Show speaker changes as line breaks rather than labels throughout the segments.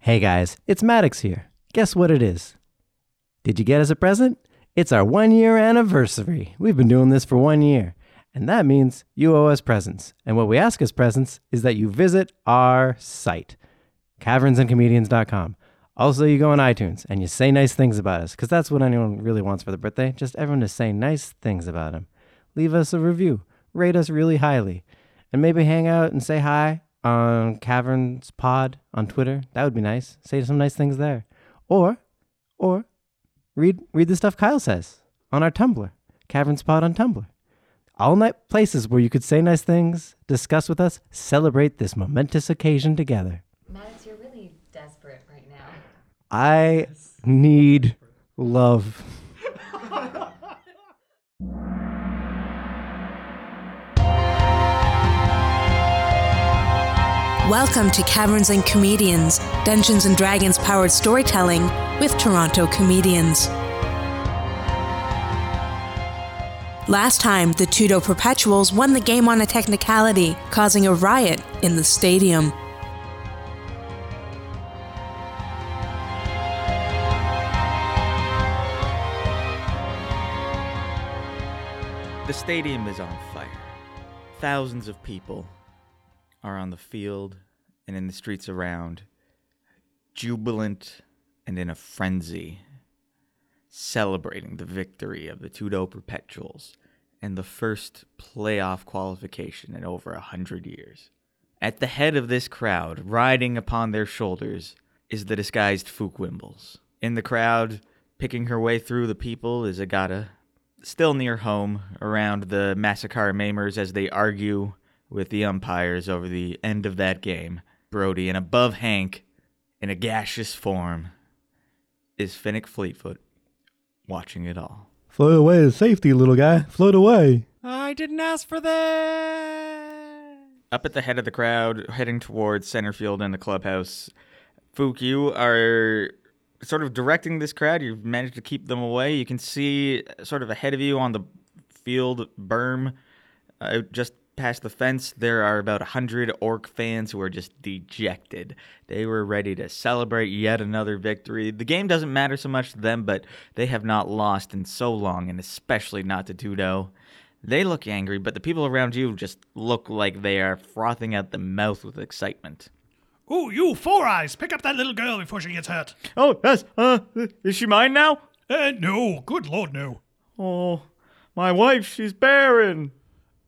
Hey guys, it's Maddox here. Guess what it is? Did you get us a present? It's our one year anniversary. We've been doing this for one year. And that means you owe us presents. And what we ask as presents is that you visit our site, cavernsandcomedians.com. Also, you go on iTunes and you say nice things about us, because that's what anyone really wants for their birthday. Just everyone to say nice things about them. Leave us a review, rate us really highly, and maybe hang out and say hi on Caverns Pod on Twitter. That would be nice. Say some nice things there. Or, or read read the stuff Kyle says on our Tumblr, Caverns Pod on Tumblr. All night places where you could say nice things, discuss with us, celebrate this momentous occasion together.
Maddox, you're really desperate right now.
I need love.
Welcome to Caverns and Comedians, Dungeons and Dragons powered storytelling with Toronto comedians. Last time, the Tudo Perpetuals won the game on a technicality, causing a riot in the stadium.
The stadium is on fire. Thousands of people are on the field and in the streets around, jubilant and in a frenzy, celebrating the victory of the Tudo Perpetuals and the first playoff qualification in over a hundred years. At the head of this crowd, riding upon their shoulders, is the disguised Fook Wimbles. In the crowd, picking her way through the people, is Agata, still near home, around the Massacre Mamers as they argue with the umpires over the end of that game. Brody, and above Hank, in a gaseous form, is Finnick Fleetfoot watching it all.
Float away to safety, little guy. Float away.
I didn't ask for that.
Up at the head of the crowd, heading towards center field and the clubhouse, Fook, you are sort of directing this crowd. You've managed to keep them away. You can see uh, sort of ahead of you on the field berm, uh, just past the fence, there are about 100 Orc fans who are just dejected. They were ready to celebrate yet another victory. The game doesn't matter so much to them, but they have not lost in so long, and especially not to Tudo. They look angry, but the people around you just look like they are frothing at the mouth with excitement.
Ooh, you four eyes! Pick up that little girl before she gets hurt.
Oh, yes. Uh, is she mine now?
Uh, no, good lord, no.
Oh, my wife, she's barren.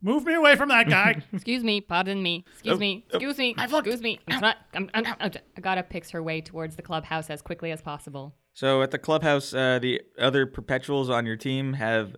Move me away from that guy.
Excuse me, pardon me.
Oh,
Excuse me, excuse me, excuse me. I'm not. I'm, I'm, I'm, Agata picks her way towards the clubhouse as quickly as possible.
So at the clubhouse, uh, the other perpetuals on your team have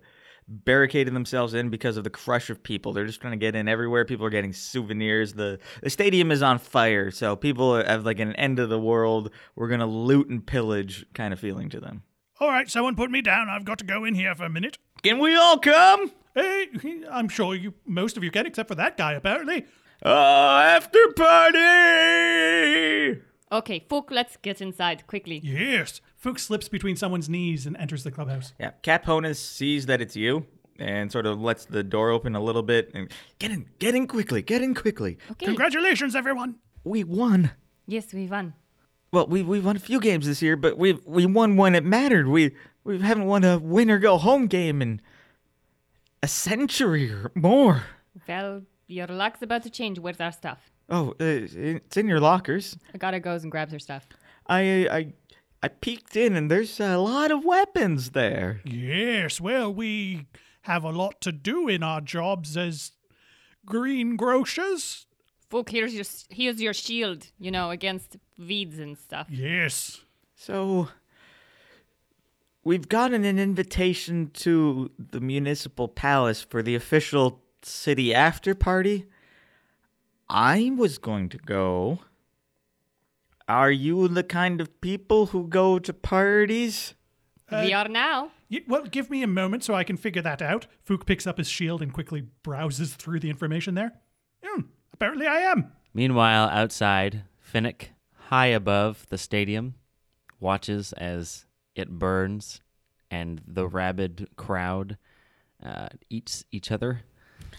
barricaded themselves in because of the crush of people. They're just trying to get in everywhere. People are getting souvenirs. The the stadium is on fire, so people have like an end of the world. We're gonna loot and pillage kind of feeling to them.
All right, someone put me down. I've got to go in here for a minute.
Can we all come?
Hey, I'm sure you, most of you can, except for that guy, apparently.
Oh, after party!
Okay, Fook, let's get inside quickly.
Yes. Fuchs slips between someone's knees and enters the clubhouse.
Yeah, Caponis sees that it's you and sort of lets the door open a little bit and get in, get in quickly, get in quickly.
Okay.
Congratulations, everyone.
We won.
Yes, we won.
Well, we we won a few games this year, but we we won when it mattered. We we haven't won a win or go home game in a century or more.
Well, your luck's about to change. Where's our stuff?
Oh, uh, it's in your lockers.
Agata goes and grabs her stuff.
I I I peeked in and there's a lot of weapons there.
Yes, well, we have a lot to do in our jobs as greengrocers.
Fook, here's your s- here's your shield. You know, against weeds and stuff.
Yes.
So we've gotten an invitation to the municipal palace for the official city after party. I was going to go. Are you the kind of people who go to parties?
we
Uh,
are now.
Y- well, give me a moment so I can figure that out. Fook picks up his shield and quickly browses through the information there. Hmm, apparently I am.
Meanwhile, outside, Finnick, high above the stadium, watches as it burns and the rabid crowd uh, eats each other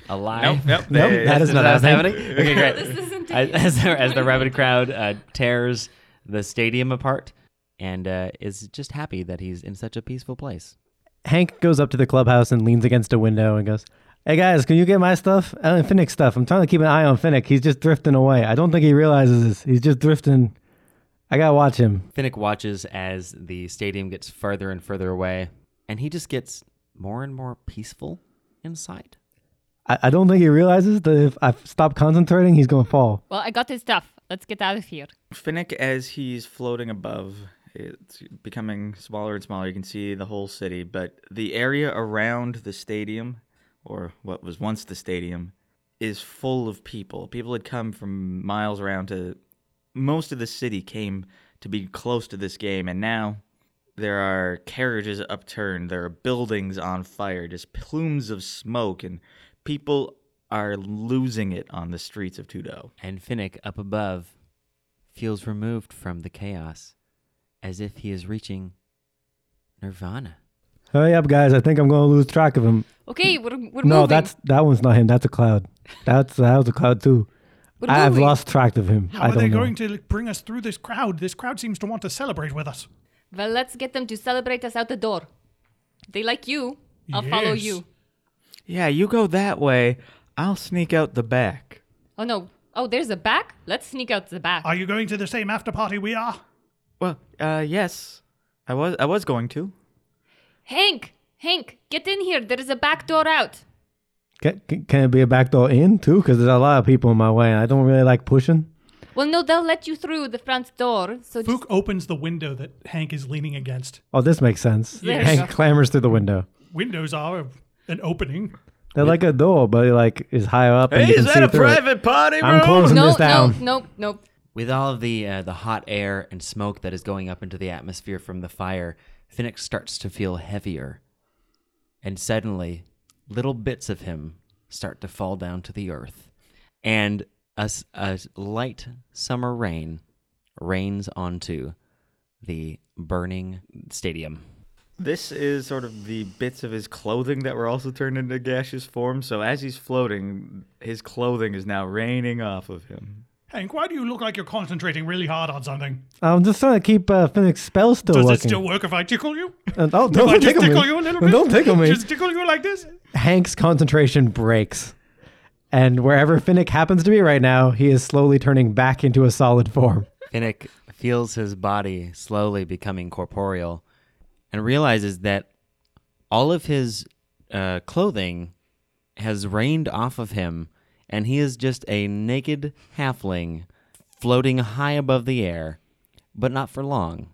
alive.
Nope, that is not
That's
happening.
Okay, great. as, as the, as the rabid crowd uh, tears the stadium apart and uh, is just happy that he's in such a peaceful place.
Hank goes up to the clubhouse and leans against a window and goes, Hey guys, can you get my stuff? I mean, Finnick's stuff. I'm trying to keep an eye on Finnick. He's just drifting away. I don't think he realizes this. He's just drifting. I gotta watch him.
Finnick watches as the stadium gets further and further away, and he just gets more and more peaceful inside.
I, I don't think he realizes that if I stop concentrating, he's gonna fall.
Well, I got his stuff. Let's get out of here.
Finnick, as he's floating above, it's becoming smaller and smaller. You can see the whole city, but the area around the stadium, or what was once the stadium, is full of people. People had come from miles around to. Most of the city came to be close to this game, and now there are carriages upturned, there are buildings on fire, just plumes of smoke, and people are losing it on the streets of Tudo.
And Finnick, up above, feels removed from the chaos, as if he is reaching nirvana.
Hurry up, guys. I think I'm gonna lose track of him.
Okay, we're, we're
no,
moving.
that's that one's not him. That's a cloud. That's that was a cloud too.
We're
I've
moving.
lost track of him.
How
I
are
don't
they
know.
going to bring us through this crowd? This crowd seems to want to celebrate with us.
Well, let's get them to celebrate us out the door. They like you. I'll follow
Yes.
you.
Yeah, you go that way. I'll sneak out the back.
Oh no. Oh, there's a back? Let's sneak out the back.
Are you going to the same after party we are?
Well, uh, yes, I was I was going to.
Hank! Hank, get in here. There is a back door out.
Can, can, can it be a backdoor in too? Because there's a lot of people in my way, and I don't really like pushing.
Well, no, they'll let you through the front door. So just,
Fook opens the window that Hank is leaning against.
Oh, this makes sense.
There you
Hank clambers through the window.
Windows are an opening.
They're like a door, but it like is higher up. and
Hey,
you can
is
see
that a
through it.
private party room?
I'm closing
no,
this down.
no, no, no.
With all of the uh, the hot air and smoke that is going up into the atmosphere from the fire, Finnick starts to feel heavier, and suddenly, little bits of him start to fall down to the earth, and a, s- a light summer rain rains onto the burning stadium.
This is sort of the bits of his clothing that were also turned into gaseous form. So as he's floating, his clothing is now raining off of him.
Hank, why do you look like you're concentrating really hard on something?
I'm just trying to keep uh, Phoenix's spell still
Does it
working.
still work if I tickle you?
And- oh,
If
don't
I just
tickle me.
tickle you a little bit?
Don't tickle me.
Just tickle you like this?
Hank's concentration breaks. And wherever Finnick happens to be right now, he is slowly turning back into a solid form.
Finnick feels his body slowly becoming corporeal and realizes that all of his uh, clothing has rained off of him and he is just a naked halfling floating high above the air, but not for long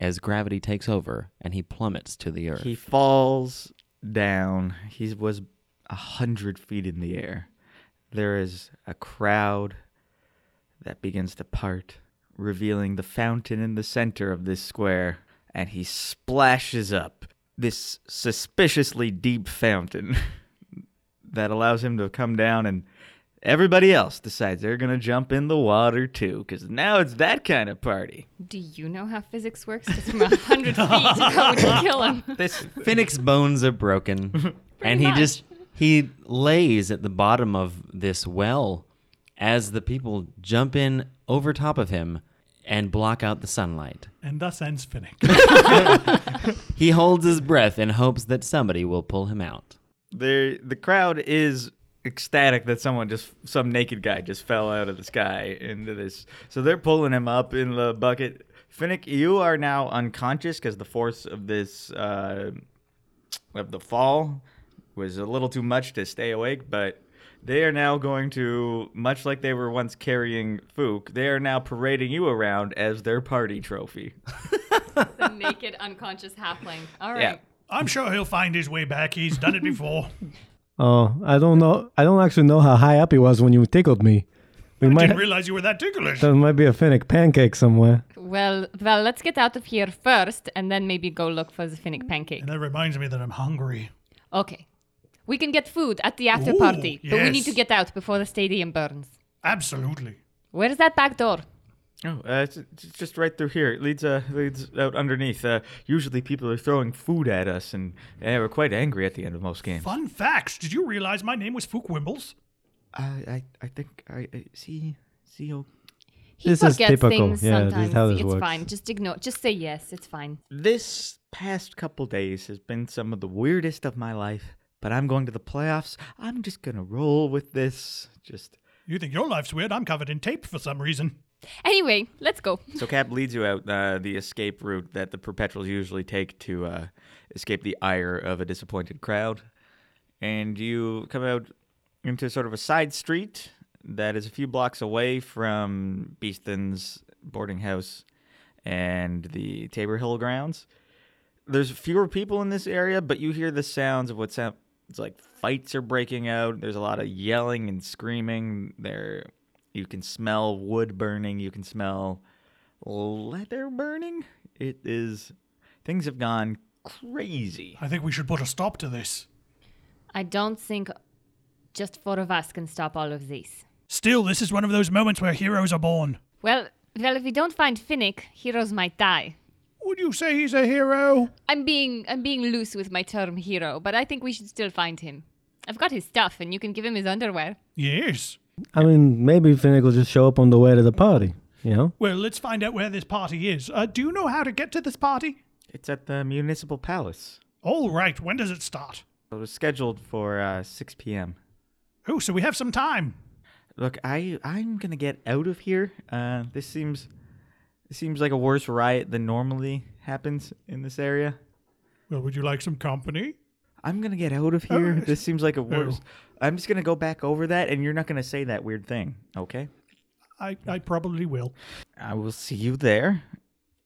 as gravity takes over and he plummets to the earth.
He falls down. He was a hundred feet in the air. There is a crowd that begins to part, revealing the fountain in the center of this square, and he splashes up this suspiciously deep fountain that allows him to come down and everybody else decides they're going to jump in the water too cuz now it's that kind of party.
Do you know how physics works? Just from a hundred feet, that would kill him.
This
Finnick's bones are broken, and he
much.
just he lays at the bottom of this well as the people jump in over top of him and block out the sunlight.
And thus ends Finnick.
He holds his breath in hopes that somebody will pull him out.
There, the crowd is ecstatic that someone just some naked guy just fell out of the sky into this. So they're pulling him up in the bucket. Finnick, you are now unconscious because the force of this uh, of the fall was a little too much to stay awake, but. They are now going to, much like they were once carrying Fook, they are now parading you around as their party trophy.
The naked, unconscious halfling. All right.
Yeah.
I'm sure he'll find his way back. He's done it before.
Oh, I don't know. I don't actually know how high up he was when you tickled me. We might
Didn't realize you were that ticklish.
there might be a Finnick pancake somewhere.
Well, well, let's get out of here first, and then maybe go look for the Finnick pancake.
And that reminds me that I'm hungry.
Okay. We can get food at the after
Ooh,
party, but we need
yes.
to get out before the stadium burns.
Absolutely.
Where's that back door?
Oh, uh, it's, it's just right through here. It leads uh, leads out underneath. Uh, usually, people are throwing food at us, and uh, we're quite angry at the end of most games.
Fun facts. Did you realize my name was Fook Wimbles?
I, I think I see oh, see
He
This is
forgets
typical.
things
Yeah, this is
sometimes.
how this
it's
works.
fine. Just ignore. Just say yes. It's fine.
This past couple days has been some of the weirdest of my life, but I'm going to the playoffs. I'm just going to roll with this. Just
You think your life's weird? I'm covered in tape for some reason.
Anyway, let's go.
So Cap leads you out uh, the escape route that the perpetuals usually take to uh, escape the ire of a disappointed crowd, and you come out into sort of a side street that is a few blocks away from Beeston's boarding house and the Tabor Hill grounds. There's fewer people in this area, but you hear the sounds of what sounds like fights are breaking out. There's a lot of yelling and screaming. There, you can smell wood burning. You can smell leather burning. It is. Things have gone crazy.
I think we should put a stop to this.
I don't think just four of us can stop all of this.
Still, this is one of those moments where heroes are born.
Well, well, if we don't find Finnick, heroes might die.
Would you say he's a hero?
I'm being I'm being loose with my term hero, but I think we should still find him. I've got his stuff, and you can give him his underwear.
Yes.
I mean, maybe Finnick will just show up on the way to the party. You know,
Well, let's find out where this party is. Uh, do you know how to get to this party?
It's at the Municipal Palace.
All right, when does it start?
It was scheduled for uh, 6 p.m.
Oh, so we have some time.
Look, I I'm gonna get out of here. Uh, this seems this seems like a worse riot than normally happens in this area.
Well, would you like some company?
I'm gonna get out of here.
Oh.
This seems like a worse. I'm just gonna go back over that, and you're not gonna say that weird thing, okay?
I, I probably will.
I will see you there.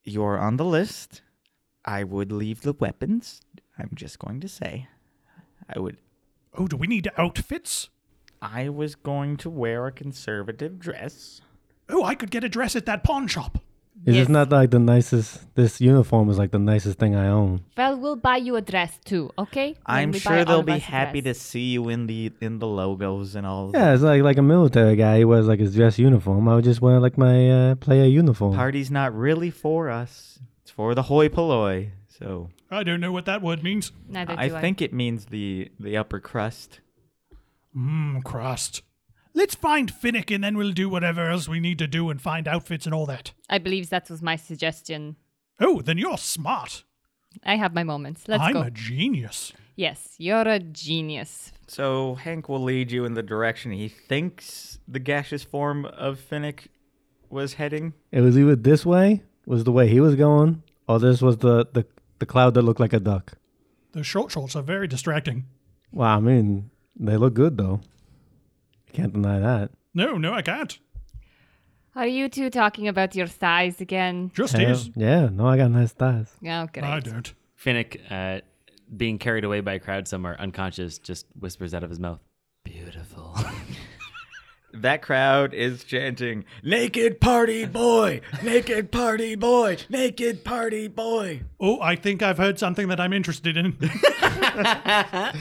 You're on the list. I would leave the weapons. I'm just going to say. I would
Oh, do we need outfits?
I was going to wear a conservative dress.
Oh, I could get a dress at that pawn shop.
it's
Yes.
just not like the nicest. This uniform is like the nicest thing I own.
Well, we'll buy you a dress too, okay?
I'm sure they'll be happy to see you in the in the logos and all of
Yeah, it's like like a military guy. He wears like his dress uniform. I would just wear like my uh, player uniform.
that. Party's not really for us. It's for the hoi polloi. So
I don't know what that word means.
Neither
I
do
think it means the the upper crust.
Mmm, crust. Let's find Finnick and then we'll do whatever else we need to do and find outfits and all that.
I. I believe that was my suggestion.
Oh, then you're smart.
I have my moments. Let's
I'm
go.
a genius.
yes, you're a genius.
So Hank will lead you in the direction he thinks the gaseous form of Finnick was heading.
It was either this way was the way he was going, or this was the the, the cloud that looked like a duck.
Those short shorts are very distracting.
Well, I mean, they look good though. I can't deny that.
No, no, I can't.
Are you two talking about your thighs again?
Just
Yeah,
is.
yeah, no, I got nice thighs.
Oh, great.
I don't.
Finnick, uh, being carried away by a crowd somewhere, unconscious, just whispers out of his mouth, "Beautiful."
That crowd is chanting, "Naked party boy, naked party boy, naked party boy."
Oh, I think I've heard something that I'm interested in.
I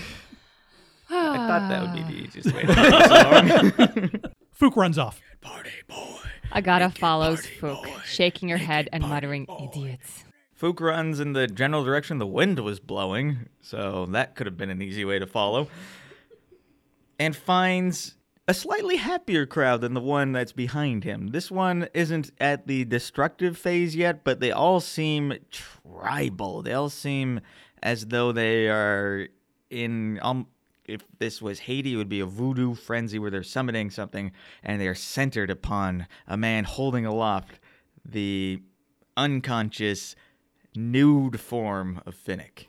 thought that would be the easiest way to play the song.
Fook runs off.
Party boy.
Agata follows Fook, shaking her head and muttering, idiots.
Fook runs in the general direction the wind was blowing, so that could have been an easy way to follow. And finds a slightly happier crowd than the one that's behind him. This one isn't at the destructive phase yet, but they all seem tribal. They all seem as though they are in um if this was Haiti, it would be a voodoo frenzy where they're summoning something and they are centered upon a man holding aloft the unconscious nude form of Finnick.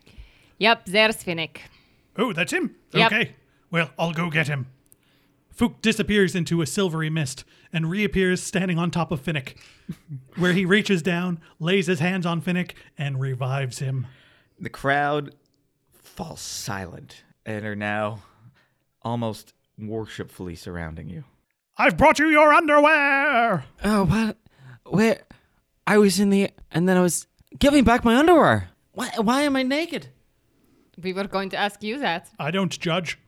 Yep, there's Finnick.
Oh, that's him.
Yep.
Okay. Well, I'll go get him. Fook disappears into a silvery mist and reappears standing on top of Finnick, where he reaches down, lays his hands on Finnick, and revives him.
The crowd falls silent and are now almost worshipfully surrounding you.
I've brought you your underwear!
oh, what? Where? I was in the, and then I was. Give me back my underwear. Why? Why am I naked?
We were going to ask you that.
I don't judge.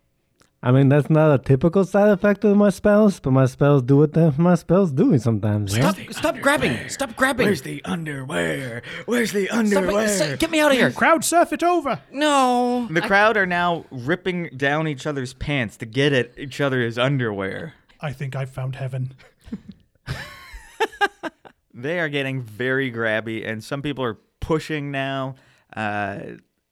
I mean, that's not a typical side effect of my spells, but my spells do what the, my spells do sometimes. Yeah?
Stop! Stop grabbing! Stop grabbing!
the underwear? Where's the
Stop it. Stop- Get me out of here!
Crowd surf it over!
No.
The crowd are now ripping down each other's pants to get at each other's underwear.
I think I've found heaven.
They are getting very grabby, and some people are pushing now. Uh,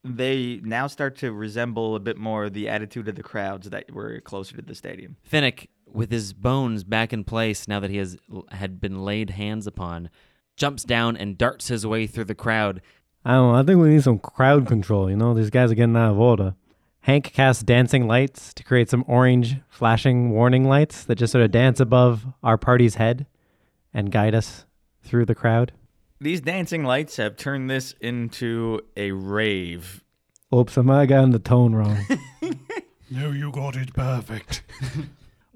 they now start to resemble a bit more the attitude of the crowds that were closer to the stadium.
Finnick, with his bones back in place now that he has had been laid hands upon, jumps down and darts his way through the crowd.
I don't know. I think we need some crowd control. You know, these guys are getting out of order.
Hank casts dancing lights to create some orange flashing warning lights that just sort of dance above our party's head and guide us through the crowd.
These dancing lights have turned this into a rave.
Oops, I might have gotten the tone wrong.
No, you got it perfect.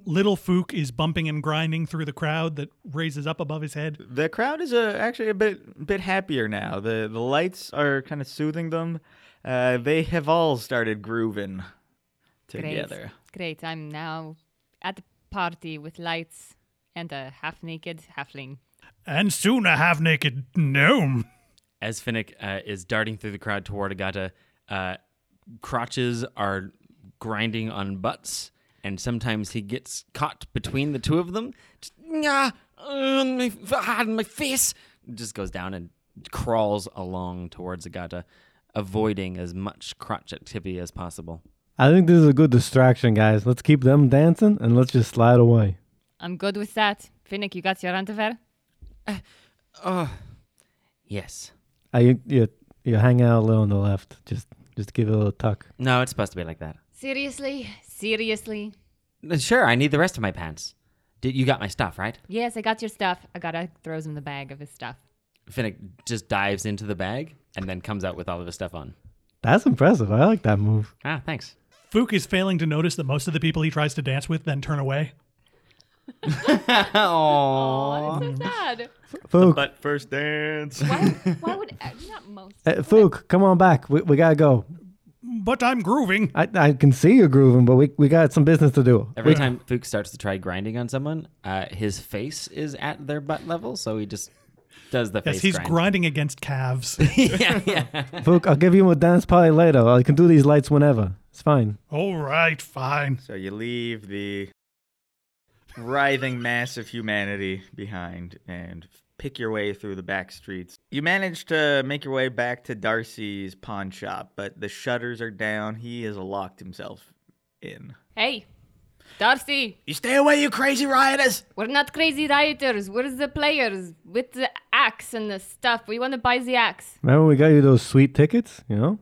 Little Fook is bumping and grinding through the crowd that raises up above his head.
The crowd is uh, actually a bit bit happier now. The the lights are kind of soothing them. Uh, they have all started grooving together.
Great. I'm now at the party with lights and a half naked halfling.
And soon a half naked gnome.
As Finnick uh, is darting through the crowd toward Agata, uh, crotches are grinding on butts, and sometimes he gets caught between the two of them. Just, "Nyah! Uh, my, ah, my face! Just goes down and crawls along towards Agata, avoiding as much crotch activity as possible.
I think this is a good distraction, guys. Let's keep them dancing and let's just slide away.
I'm good with that. Finnick, you got your underwear?
Uh,
Oh, yes.
I, you, you, you hang out a little on the left. Just just give it a little tuck.
No, it's supposed to be like that.
Seriously? Seriously?
Uh, Sure, I need the rest of my pants. Did you got my stuff right?
Yes, I got your stuff. Agata throws him the bag of his stuff.
Finnick just dives into the bag and then comes out with all of his stuff on.
That's impressive. I like that move.
Ah, thanks.
Fook is failing to notice that most of the people he tries to dance with then turn away.
Oh, that's so sad.
Fook,
But first dance.
Why, why would not most?
uh, Fook, come on back. We, we gotta go.
But I'm grooving.
I, I can see you're grooving, but we, we got some business to do.
Every time Fook starts to try grinding on someone, uh, his face is at their butt level, so he just does the
Yes,
face
he's
grind.
grinding against calves.
yeah, yeah.
Fook, I'll give you a dance party later. I can do these lights whenever. It's fine.
All right, fine.
So you leave the writhing mass of humanity behind and pick your way through the back streets. You manage to make your way back to Darcy's pawn shop, but the shutters are down. He has locked himself in.
Hey, Darcy,
You stay away, you crazy rioters!
we're not crazy rioters. We're the players with the axe and the stuff. We want to buy the axe.
Remember, we got you those sweet tickets, you know?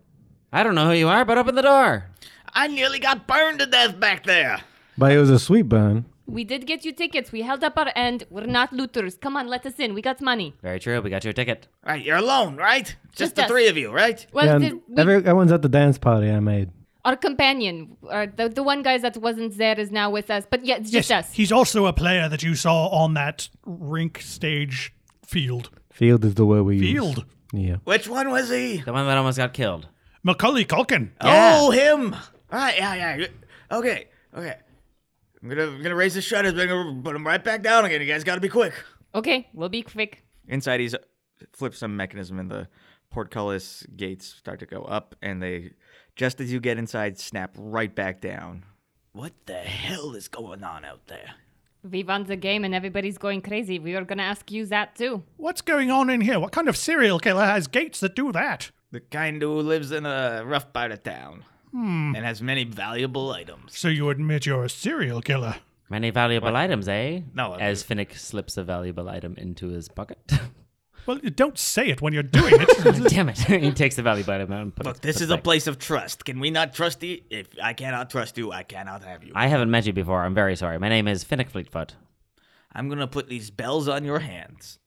I don't know who you are, but open the door.
I nearly got burned to death back there!
But it was a sweet burn.
We did get you tickets. We held up our end. We're not looters. Come on, let us in. We got money.
Very true. We got your ticket.
Right, you're alone, right? Just,
Just
the
us.
three of you, right?
Well,
and
the- we-
everyone's at the dance party I made.
our companion, or the, the one guy that wasn't there, is now with us. But yeah, it's just us.
he's also a player that you saw on that rink stage field.
Field is the word we use.
Field.
Yeah.
Which one was he?
The one that almost got killed.
Macaulay Culkin.
Oh, him! All right, yeah, yeah. Okay, okay. I'm gonna, I'm gonna raise the shutters, but I'm gonna put them right back down again. You guys gotta be quick.
Okay, we'll be quick.
Inside, he's uh, flips some mechanism, and the portcullis gates start to go up, and they, just as you get inside, snap right back down. What the hell is going on out there?
We won the game and everybody's going crazy. We were going to ask you that too.
What's going on in here? What kind of serial killer has gates that do that?
The kind who lives in a rough part of town and has many valuable items.
Hmm, So you admit you're a serial killer.
Many valuable items, eh?
No, I-
As Finnick slips a valuable item into his pocket.
Well, don't say it when you're doing it.
Damn it. he takes the valuable item out and puts
Look, this
puts
is
it
a
back.
place of trust. Can we not trust you? If I cannot trust you, I cannot have you.
I haven't met you before. I'm very sorry. My name is Finnick Fleetfoot.
I'm gonna put these bells on your hands,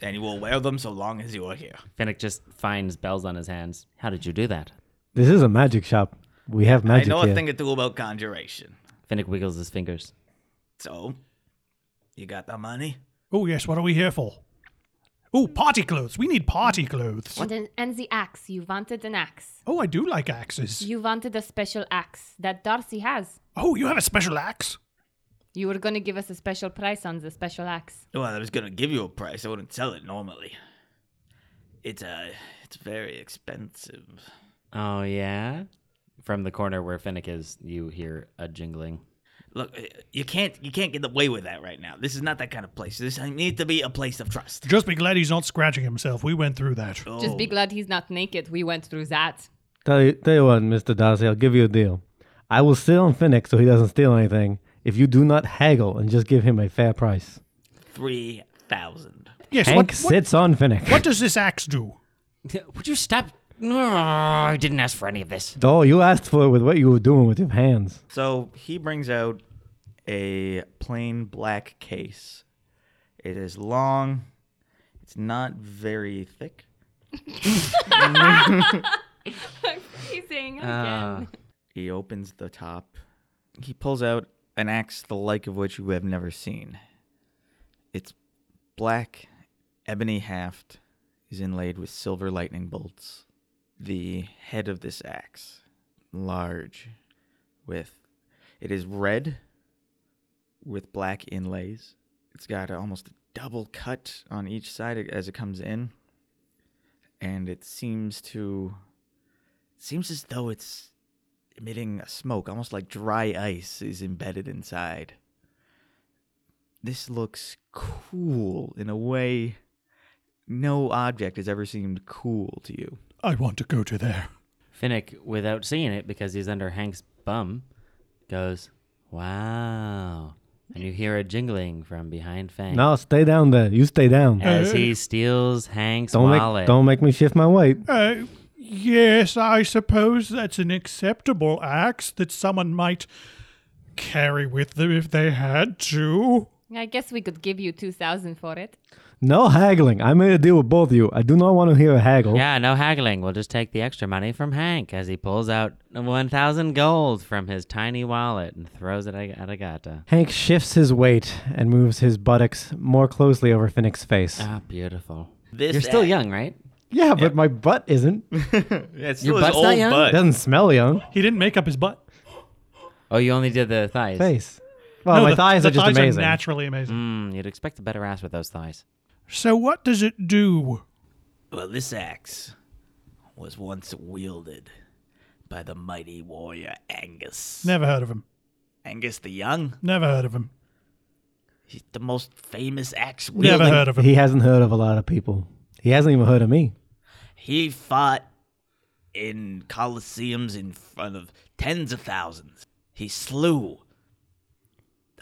and you will wear them so long as you are here.
Finnick just finds bells on his hands. How did you do that?
This is a magic shop. We have
I
magic
know
here.
a thing or two about conjuration.
Finnick wiggles his fingers.
So, you got the money?
oh, yes, what are we here for? Oh, party clothes. We need party clothes.
And, then- and the axe. You wanted an axe.
Oh, I do like axes.
You wanted a special axe that Darcy has.
Oh, you have a special axe?
You were going to give us a special price on the special axe.
Well, I was gonna give you a price. I wouldn't sell it normally. It's uh, it's very expensive.
Oh, yeah? From the corner where Finnick is, you hear a jingling.
Look, uh, you can't you can't get away with that right now. This is not that kind of place. This needs to be a place of trust.
Just be glad he's not scratching himself. We went through that.
Oh.
Just be glad he's not naked. We went through that.
Tell you, tell you what, Mr. Darcy, I'll give you a deal. I will sit on Finnick so he doesn't steal anything if you do not haggle and just give him a fair price.
Three thousand.
Yes,
Hank
what, what,
sits on Finnick.
what does this axe do?
Would you stop? No, I didn't ask for any of this.
Oh, you asked for it with what you were doing with your hands.
So he brings out a plain black case. It is long. It's not very thick.
Amazing. Again.
Uh, Ah. He opens the top. He pulls out an axe the like of which you have never seen. It's black, ebony haft is inlaid with silver lightning bolts. The head of this axe, large, with it is red with black inlays. It's got almost a double cut on each side as it comes in. And it seems to seems as though it's emitting a smoke, almost like dry ice is embedded inside. This looks cool in a way no object has ever seemed cool to you.
I want to go to there.
Finnick, without seeing it because he's under Hank's bum, goes, "Wow!" And you hear a jingling from behind Fang
No, stay down there. You stay down.
as he steals Hank's
Don't
wallet.
make don't make me shift my weight.
Uh, yes, I suppose that's an acceptable axe that someone might carry with them if they had to.
I guess we could give you 2000 for it.
No haggling. I made a deal with both of you. I do not want to hear a haggle.
Yeah, no haggling. We'll just take the extra money from Hank as he pulls out 1,000 gold from his tiny wallet and throws it at Agata.
Hank shifts his weight and moves his buttocks more closely over Finnick's face.
Ah, beautiful.
This
You're still
axe-
young, right?
yeah, but my butt isn't.
Yeah, it's still
Your
his
butt's not
old
young?
butt.
Doesn't smell young.
He didn't make up his butt.
Oh, you only did the thighs.
Face. Well,
No,
my
the-
thighs
the
are just
thighs
amazing.
naturally amazing.
Mm, you'd expect a better ass with those thighs.
So what does it do?
Well, this axe was once wielded by the mighty warrior Angus.
Never heard of him.
Angus the Young?
Never heard of him.
He's the most famous axe wielder.
Never heard of him.
He hasn't heard of a lot of people. He hasn't even heard of me.
He fought in coliseums in front of tens of thousands. He slew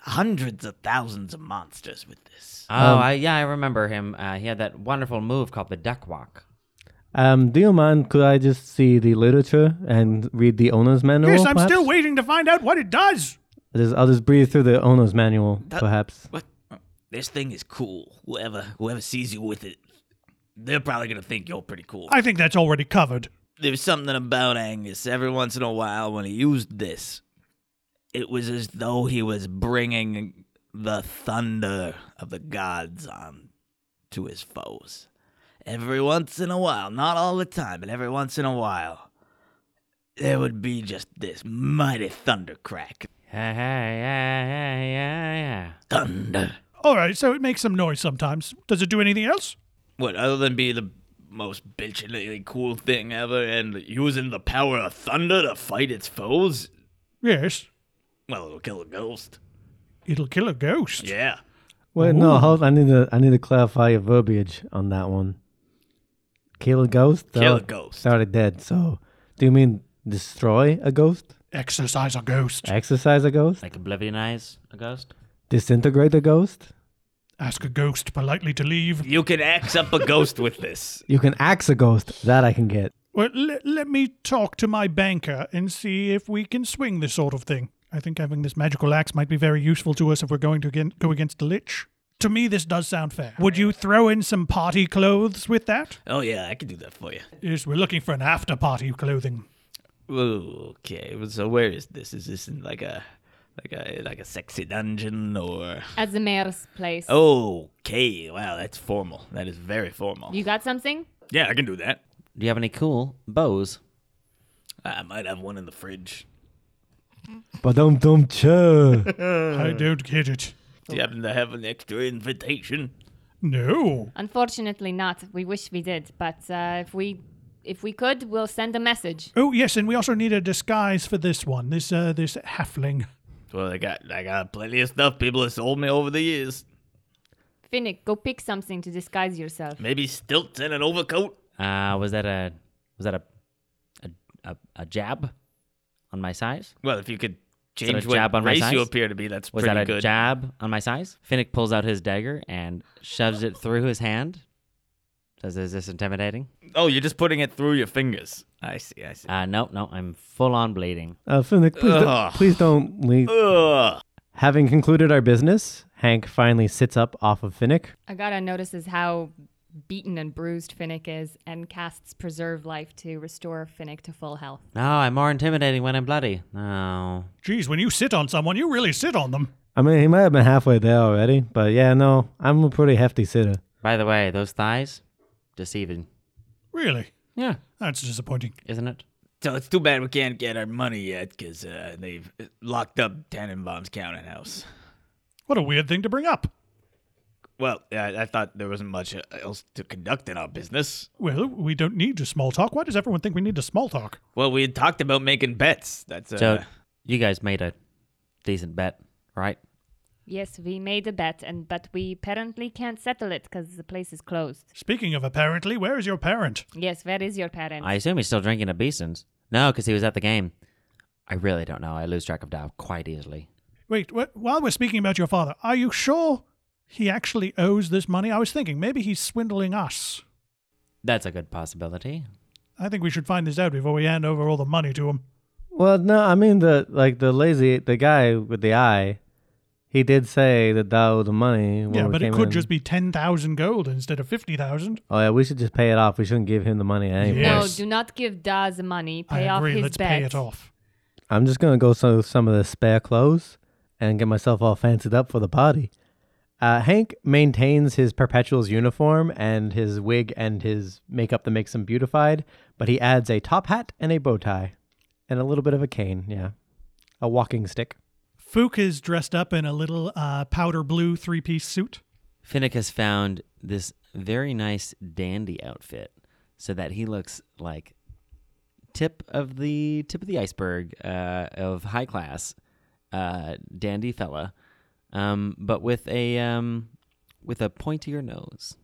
hundreds of thousands of monsters with this.
Oh,
Um,
I, yeah, I remember him. Uh, he had that wonderful move called the duck walk.
Um, do you mind? Could I just see the literature and read the owner's manual?
yes, I'm
perhaps?
still waiting to find out what it does.
I'll just, I'll just breathe through the owner's manual,
That-
perhaps.
What? This thing is cool. Whoever whoever sees you with it, they're probably gonna think you're pretty cool.
I think that's already covered.
there's something about Angus every once in a while when he used this. It was as though he was bringing the thunder of the gods on to his foes. Every once in a while, not all the time, but every once in a while, there would be just this mighty thunder crack.
Yeah, yeah, yeah, yeah, yeah.
Thunder.
All right, so it makes some noise sometimes. Does it do anything else?
What, other than be the most bitchin'ly cool thing ever and using the power of thunder to fight its foes?
Yes.
Well, it'll kill a ghost.
It'll kill a ghost.
Yeah.
Wait, no, hold. I need to. I need to clarify your verbiage on that one. Kill a ghost.
Kill
Oh,
a ghost.
It's already dead. So, do you mean destroy a ghost?
Exercise a ghost.
Exercise a ghost?
Like oblivionize a ghost?
Disintegrate a ghost?
Ask a ghost politely to leave.
You can axe up a ghost with this.
You can axe a ghost. That I can get.
Well, le- let me talk to my banker and see if we can swing this sort of thing. I think having this magical axe might be very useful to us if we're going to again- go against the Lich. To me, this does sound fair. Would you throw in some party clothes with that?
Oh yeah, I can do that for you.
Yes, we're looking for an after party clothing.
Okay, so where is this? Is this in like a like a like a sexy dungeon or?
At the mayor's place.
Oh.
Okay, wow, that's formal. That is very formal.
You got something?
Yeah, I can do that.
Do you have any cool bows?
I might have one in the fridge.
But dum dum cha.
I don't get it.
Do you happen to have an extra invitation?
No.
Unfortunately not. We wish we did, but uh, if we if we could, we'll send a message.
Oh yes, and we also need a disguise for this one. This uh, this halfling.
Well, I got I got plenty of stuff people have sold me over the years.
Finnick, go pick something to disguise yourself.
Maybe stilts and an overcoat.
Uh, was that a was that a a, a, a jab on my size?
Well, if you could
that
change
a
what
jab on my
race you
size?
appear to be, that's
Was
pretty
that a
good.
jab on my size? Finnick pulls out his dagger and shoves it through his hand. Says, "Is this intimidating?"
Oh, you're just putting it through your fingers. I see. I see.
Uh, no, no, I'm full on bleeding.
Uh, Finnick, please, don't,
Ugh.
please don't leave.
Ugh.
Having concluded our business, Hank finally sits up off of Finnick.
Agata notices how beaten and bruised Finnick is and casts Preserve Life to restore Finnick to full health.
No, I'm more intimidating when I'm bloody. No,
Geez, when you sit on someone, you really sit on them.
I mean, he might have been halfway there already, but yeah, no, I'm a pretty hefty sitter.
By the way, those thighs, deceiving.
Really?
Yeah,
That's disappointing.
isn't it?
So it's too bad we can't get our money yet because uh, they've locked up Tannenbaum's counting house.
What a weird thing to bring up.
Well, I, I thought there wasn't much uh, else to conduct in our business.
Well, we don't need to small talk. Why does everyone think we need to small talk?
Well, we had talked about making bets. That's uh,
So you guys made a decent bet, right?
Yes, we made a bet, and but we apparently can't settle it because the place is closed.
Speaking of apparently, where is your parent?
Yes, where is your parent?
I assume he's still drinking at Beeson's. No, because he was at the game. I really don't know. I lose track of time quite easily.
Wait, wh- while we're speaking about your father, are you sure he actually owes this money? I was thinking maybe he's swindling us.
That's a good possibility.
I think we should find this out before we hand over all the money to him.
Well, no, I mean the like the lazy the guy with the eye, he did say that that was the money. When
yeah,
we
but it
came
could
in.
just be 10,000 gold instead of 50,000.
Oh yeah, we should just pay it off. We shouldn't give him the money anyway.
no,
Yes.
do not give Da the money.
I
Pay off
agree.
his
Let's
bet.
pay it off.
I'm just gonna go through some of the spare clothes and get myself all fancied up for the party. Uh, Hank maintains his perpetual's uniform and his wig and his makeup that makes him beautified, but he adds a top hat and a bow tie and a little bit of a cane. Yeah, a walking stick.
Fook is dressed up in a little uh, powder blue three piece suit.
Finnick has found this very nice dandy outfit so that he looks like tip of the tip of the iceberg uh, of high class uh, dandy fella um, but with a um, with a pointier nose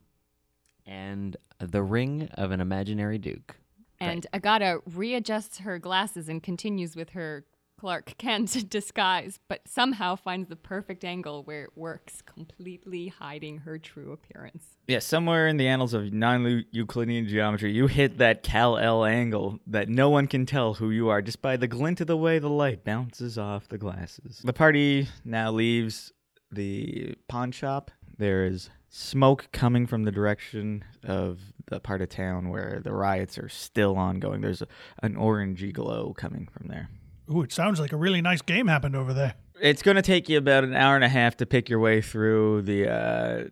and the ring of an imaginary duke
And Agata readjusts her glasses and continues with her Clark Kent disguise, but somehow finds the perfect angle where it works, completely hiding her true appearance.
yeah, somewhere in the annals of non-Euclidean geometry, you hit that Cal L angle that no one can tell who you are just by the glint of the way the light bounces off the glasses. The party now leaves the pawn shop. There is smoke coming from the direction of the part of town where the riots are still ongoing. There's a, an orangey glow coming from there.
Ooh, it sounds like a really nice game happened over there.
it's going to take you about an hour and a half to pick your way through the uh,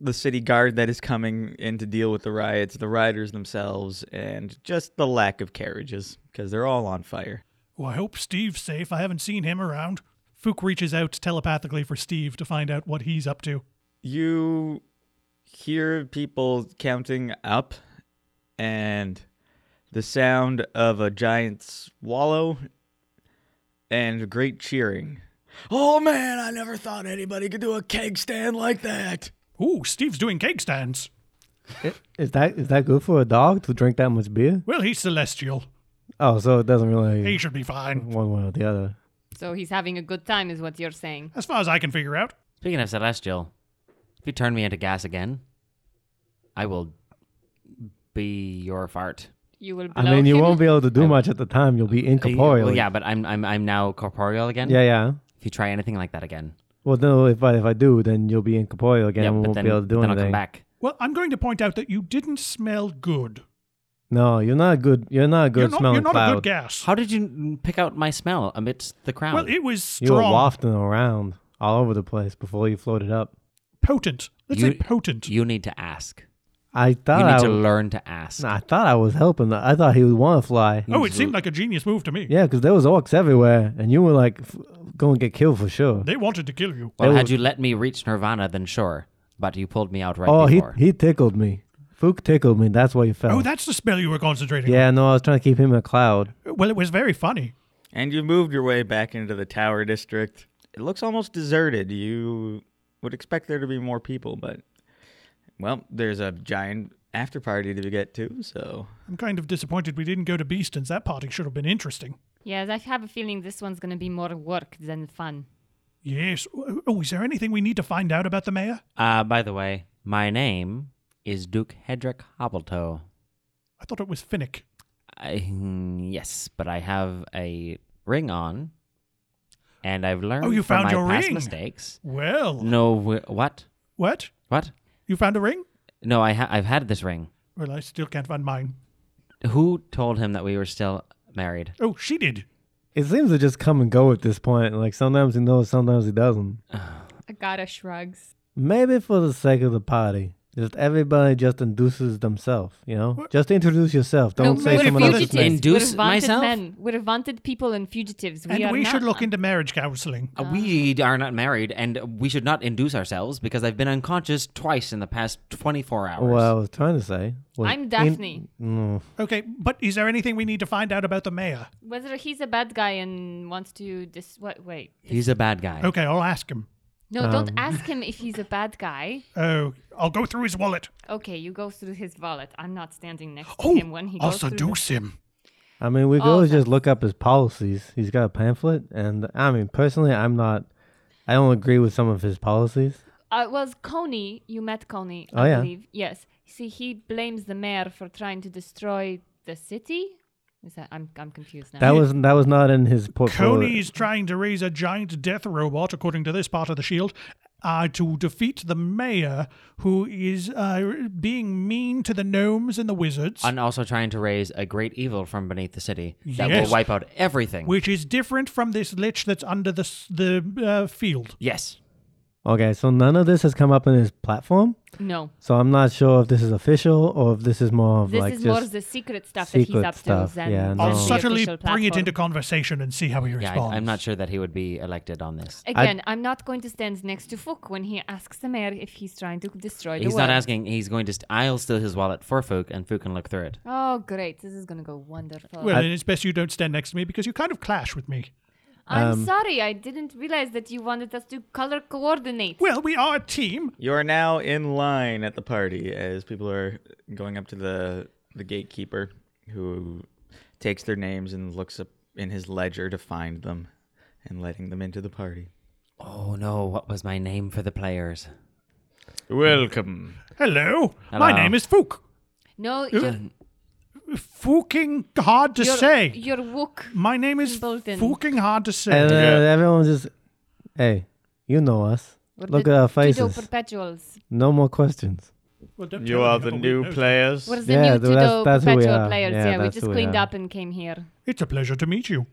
the city guard that is coming in to deal with the riots, the rioters themselves, and just the lack of carriages because they're all on fire.
Oh, I hope Steve's safe. I haven't seen him around. Fook reaches out telepathically for Steve to find out what he's up to.
You hear people counting up, and the sound of a giant swallow and great cheering. Oh man, I never thought anybody could do a keg stand like that.
Ooh, Steve's doing cake stands.
Is that is that good for a dog to drink that much beer?
Well, he's celestial.
Oh, so it doesn't really
He should be fine.
one way or the other.
So he's having a good time, is what you're saying.
As far as I can figure out.
speaking of celestial if you turn me into gas again i will be your fart
You will. Blow
I mean, you
him.
won't be able to do much at the time. You'll be incorporeal.
Well, yeah but i'm i'm, I'm now corporeal again
yeah, yeah.
if you try anything like that again
Well, no, if I if I do, then you'll be incorporeal again.
yeah,
and we
but
won't
then,
be able to do
but then I'll
anything.
come back.
Well, I'm going to point out that you didn't smell good.
No, you're not a good. You're not a good
you're not,
smelling
you're not
cloud.
a good gas.
How did you n- pick out my smell amidst the crowd?
well, it was
You were
strong,
wafting around all over the place before you floated up.
potent. Let's
You-
say potent.
you need to ask.
I thought
You
I,
need to
was-
learn to ask.
I thought I was helping. I thought he would want to fly.
oh, it seemed like a genius move to me.
Yeah, because there was orcs everywhere, and you were like f- going to get killed for sure.
They wanted to kill you.
well,
They
had
were-
you let me reach Nirvana, then sure. But you pulled me out right
oh,
before.
he he tickled me. Fook tickled me. That's why you fell.
Oh, that's the spell Oh, you were concentrating
yeah, no, I was trying to keep him in a cloud.
on. Well, it was very funny.
And you moved your way back into the tower district. It looks almost deserted. You would expect there to be more people, but well, there's a giant after party to get to, so
I'm kind of disappointed we didn't go to Beeston's. That party should have been interesting.
Yes, I have a feeling this one's going to be more work than fun.
Yes. Oh, is there anything we need to find out about the mayor?
Uh, by the way, my name is Duke Hedrick Hobbletoe.
I thought it was Finnick.
I, mm, yes, but I have a ring on, and I've learned
Oh, you
from
found
my
your
past
ring.
mistakes.
Well,
No, wh- what?
what?
What?
You found a ring?
No, I ha- I've had this ring.
Well, I still can't find mine.
Who told him that we were still married?
Oh, she did.
It seems to just come and go at this point. Like sometimes he knows, sometimes he doesn't.
Agata shrugs.
Maybe for the sake of the party, just everybody just induces themselves. You know, just introduce yourself. Don't
No,
say
we're
someone else's
fugitives.
name.
Induce
we're wanted
myself?
men. We're wanted people and fugitives. We
and
are
we
not
should look
wanted.
into marriage counseling.
Uh, we are not married, and we should not induce ourselves because I've been unconscious twice in the past 24 hours.
Well, I was trying to say. was
I'm Daphne.
Mm,
Okay, but is there anything we need to find out about the mayor?
Whether he's a bad guy and wants to dis what wait.
He's a bad guy.
Okay, I'll ask him.
No, don't
Um.
ask him if he's a bad guy.
Oh, I'll go through his wallet.
Okay, you go through his wallet. I'm not standing next to
Oh,
him when he
I'll
goes through. the-
seduce him.
I mean, we could
Oh,
always just
that's-
look up his policies. He's got a pamphlet, and I mean, personally, I'm not. I don't agree with some of his policies.
Uh, it was Coney. You met Coney,
Oh,
I
yeah.
believe. Yes. See, he blames the mayor for trying to destroy the city. Is that I'm I'm confused now.
That was that was not in his portfolio.
Coney's trying to raise a giant death robot, according to this part of the shield, uh, to defeat the mayor, who is uh, being mean to the gnomes and the wizards,
And also trying to raise a great evil from beneath the city that
Yes.
will wipe out everything.
which is different from this lich that's under the s- the uh, field.
yes.
Okay, so none of this has come up in his platform,
no.
so I'm not sure if this is official or if this is more of
This
like
is more
just.
the secret stuff that
secret
he's up
stuff,
to than
yeah,
than
no.
I'll
the
subtly
official
bring it
platform.
into conversation and see how he
Yeah,
responds.
I, am not sure that he would be elected on this.
Again, I, am not going to stand next to Fook when he asks the mayor if he's trying to destroy the
He's
world.
not asking. He's going to. St- I'll steal his wallet for Fook, and Fook can look through it.
Oh, great! This is gonna go wonderful.
Well, then it's best you don't stand next to me because you kind of clash with me.
I'm
Um,
um,
sorry, I didn't realize that you wanted us to color coordinate.
Well, we are a team.
You are now in line at the party as people are going up to the the gatekeeper who takes their names and looks up in his ledger to find them and letting them into the party.
Oh no! What was my name for the players?
Welcome.
Hello. My
Hello.
name is Fook.
no, you're,
Fucking hard to
you're,
say.
you're wook.
My name is
Bolton.
fucking hard to
and
say.
then everyone's just, hey, you know us.
We're
Look
the
at our
Tudo
faces.
perpetuals.
No more questions.
Well, don't
You
tell
are
me
the
nobody
new
knows.
players.
We're the
Yeah,
new
th- that's-
Tudo
that's who we
perpetual
are.
players.
Yeah,
Yeah, we
that's
just
who we
cleaned
are.
up and came here.
It's a pleasure to meet you.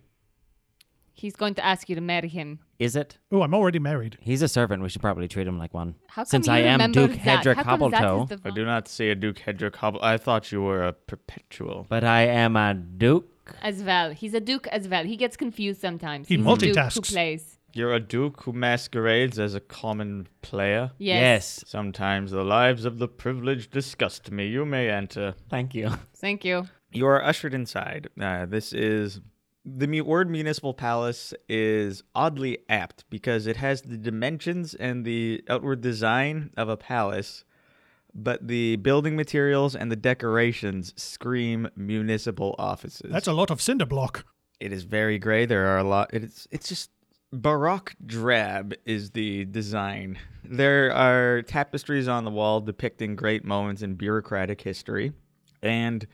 He's going to ask you to marry him.
Is it?
Oh, I'm already married.
He's a servant. We should probably treat him like one.
How come
Since
you
I am
remember
Duke
that?
Hedrick
How come that is
Hobbletoe,
the
I
one-
do not see a Duke Hedrick Hobble. I thought you were a perpetual.
but I am a duke.
as well. He's a duke as well. He gets confused sometimes.
He
Mm.
He's a duke who
multitasks.
plays.
You're a duke who masquerades as a common player.
Yes.
Sometimes the lives of the privileged disgust me. You may enter.
Thank you.
Thank you.
You are ushered inside. Uh, this is the mu- word municipal palace is oddly apt because it has the dimensions and the outward design of a palace, but the building materials and the decorations scream municipal offices.
That's a lot of cinder block.
it is very gray. There are a lot. It's it's just baroque drab is the design. There are tapestries on the wall depicting great moments in bureaucratic history, and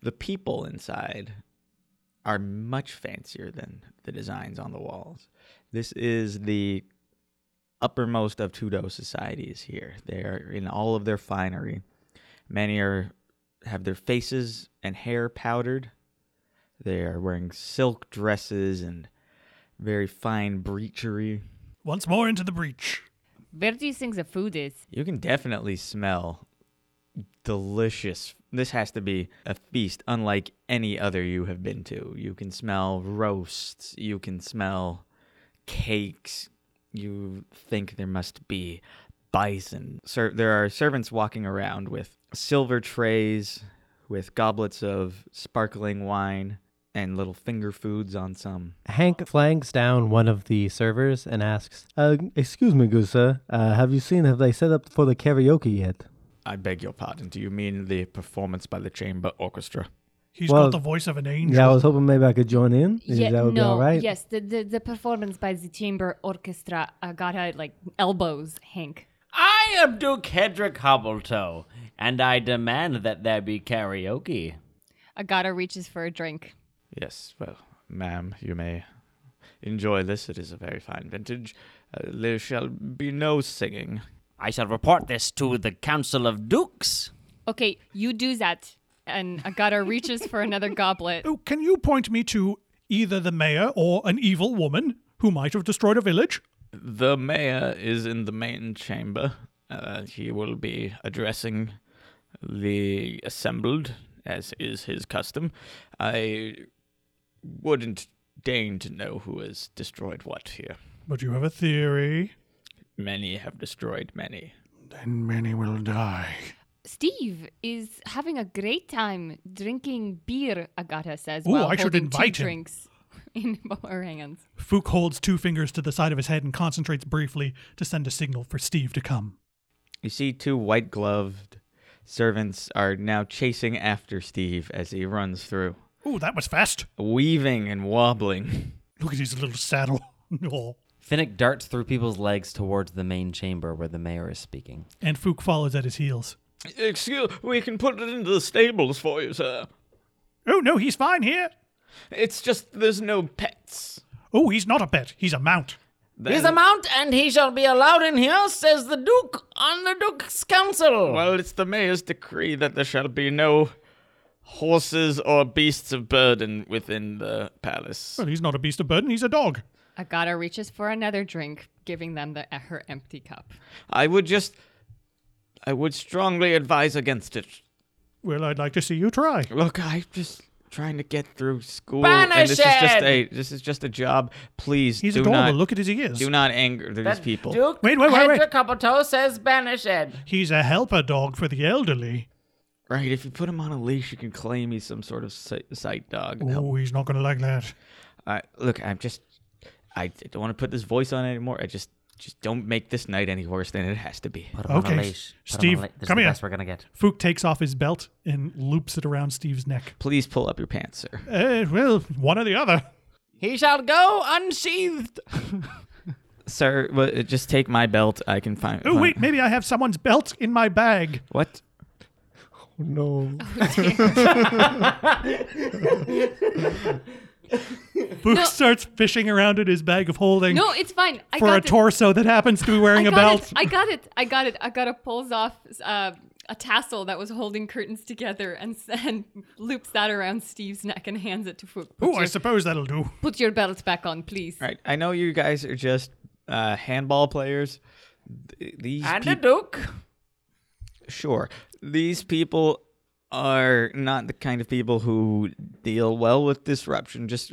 the people inside are much fancier than the designs on the walls. This is the uppermost of Tudo societies here. They are in all of their finery. Many are have their faces and hair powdered. They are wearing silk dresses and very fine breechery.
Once more into the breach.
Where do you think the food is?
You can definitely smell delicious. This has to be a feast unlike any other you have been to. You can smell roasts, you can smell cakes. You think there must be bison. Ser- there are servants walking around with silver trays with goblets of sparkling wine and little finger foods on some.
Hank flanks down one of the servers and asks, uh, "Excuse me, good sir. Uh, have you seen? Have they set up for the karaoke yet?"
I beg your pardon. Do you mean the performance by the chamber orchestra?
He's
Well,
got the voice of an angel.
Yeah, I was hoping maybe I could join in. Is that would be all right.
Yes, the, the the performance by the chamber orchestra uh, got her like elbows, Hank.
I am Duke Hedrick Hobbletoe, and I demand that there be karaoke.
Agata reaches for a drink.
Yes, well, ma'am, you may enjoy this. It is a very fine vintage. Uh, there shall be no singing.
I shall report this to the Council of Dukes.
Okay, you do that. And Agata reaches for another goblet.
Oh, Can you point me to either the mayor or an evil woman who might have destroyed a village?
The mayor is in the main chamber. Uh, he will be addressing the assembled, as is his custom. I wouldn't deign to know who has destroyed what here.
But you have a theory,
Many have destroyed many.
then many will die.
Steve is having a great time drinking beer, Agata says.
Ooh,
while
I should
holding
invite
two
him.
drinks in both her hands.
Fook holds two fingers to the side of his head and concentrates briefly to send a signal for Steve to come.
You see, two white gloved servants are now chasing after Steve as he runs through,
Ooh, that was fast.
weaving and wobbling.
Look at his little saddle. Oh.
Finnick darts through people's legs towards the main chamber where the mayor is speaking.
And Fook follows at his heels.
Excuse, we can put it into the stables for you, sir.
Oh, no, he's fine here.
It's just there's no pets.
Oh, he's not a pet. He's a mount.
He's a mount, and he shall be allowed in here, says the Duke on the Duke's
Oh.
Council.
Well, it's the mayor's decree that there shall be no horses or beasts of burden within the palace.
Well, he's not a beast of burden. He's a dog.
Agata reaches for another drink, giving them the, uh, her empty cup.
I would just. I would strongly advise against it.
Well, I'd like to see you try.
Look, I'm just trying to get through school, and
Banish
this is just
it!
a this is just a job. Please
He's
do
adorable.
not
Look at his ears.
do not anger these people.
Duke
Wait, wait, wait, wait.
Hedrick Hobbletoe says banish it.
He's a helper dog for the elderly.
Right? If you put him on a leash, you can claim he's some sort of si- sight dog.
Oh, he's not going to like that.
I, look, I'm just I d- don't want to put this voice on anymore. I just just don't make this night any worse than it has to be.
Okay, Steve, come here.
we're gonna get.
Fook takes off his belt and loops it around Steve's neck.
Please pull up your pants, sir.
Uh, well, one or the other.
He shall go unsheathed.
Sir, w- just take my belt. I can find.
Oh,
find-
wait, maybe I have someone's belt in my bag.
What?
Oh, No.
Fook starts fishing around in his bag of holding
No, it's fine. I
for
got
a
it.
torso that happens to be wearing
I
a
got
belt.
It. I got it. I got it. Agata pulls off uh, a tassel that was holding curtains together and, s- and loops that around Steve's neck and hands it to Fook. Put,
Oh, I
your,
suppose that'll do.
put your belt back on, please.
All right. I know you guys are just uh, handball players. Th- These
And
peop-
the Duke.
Sure. These people are not the kind of people who deal well with disruption. Just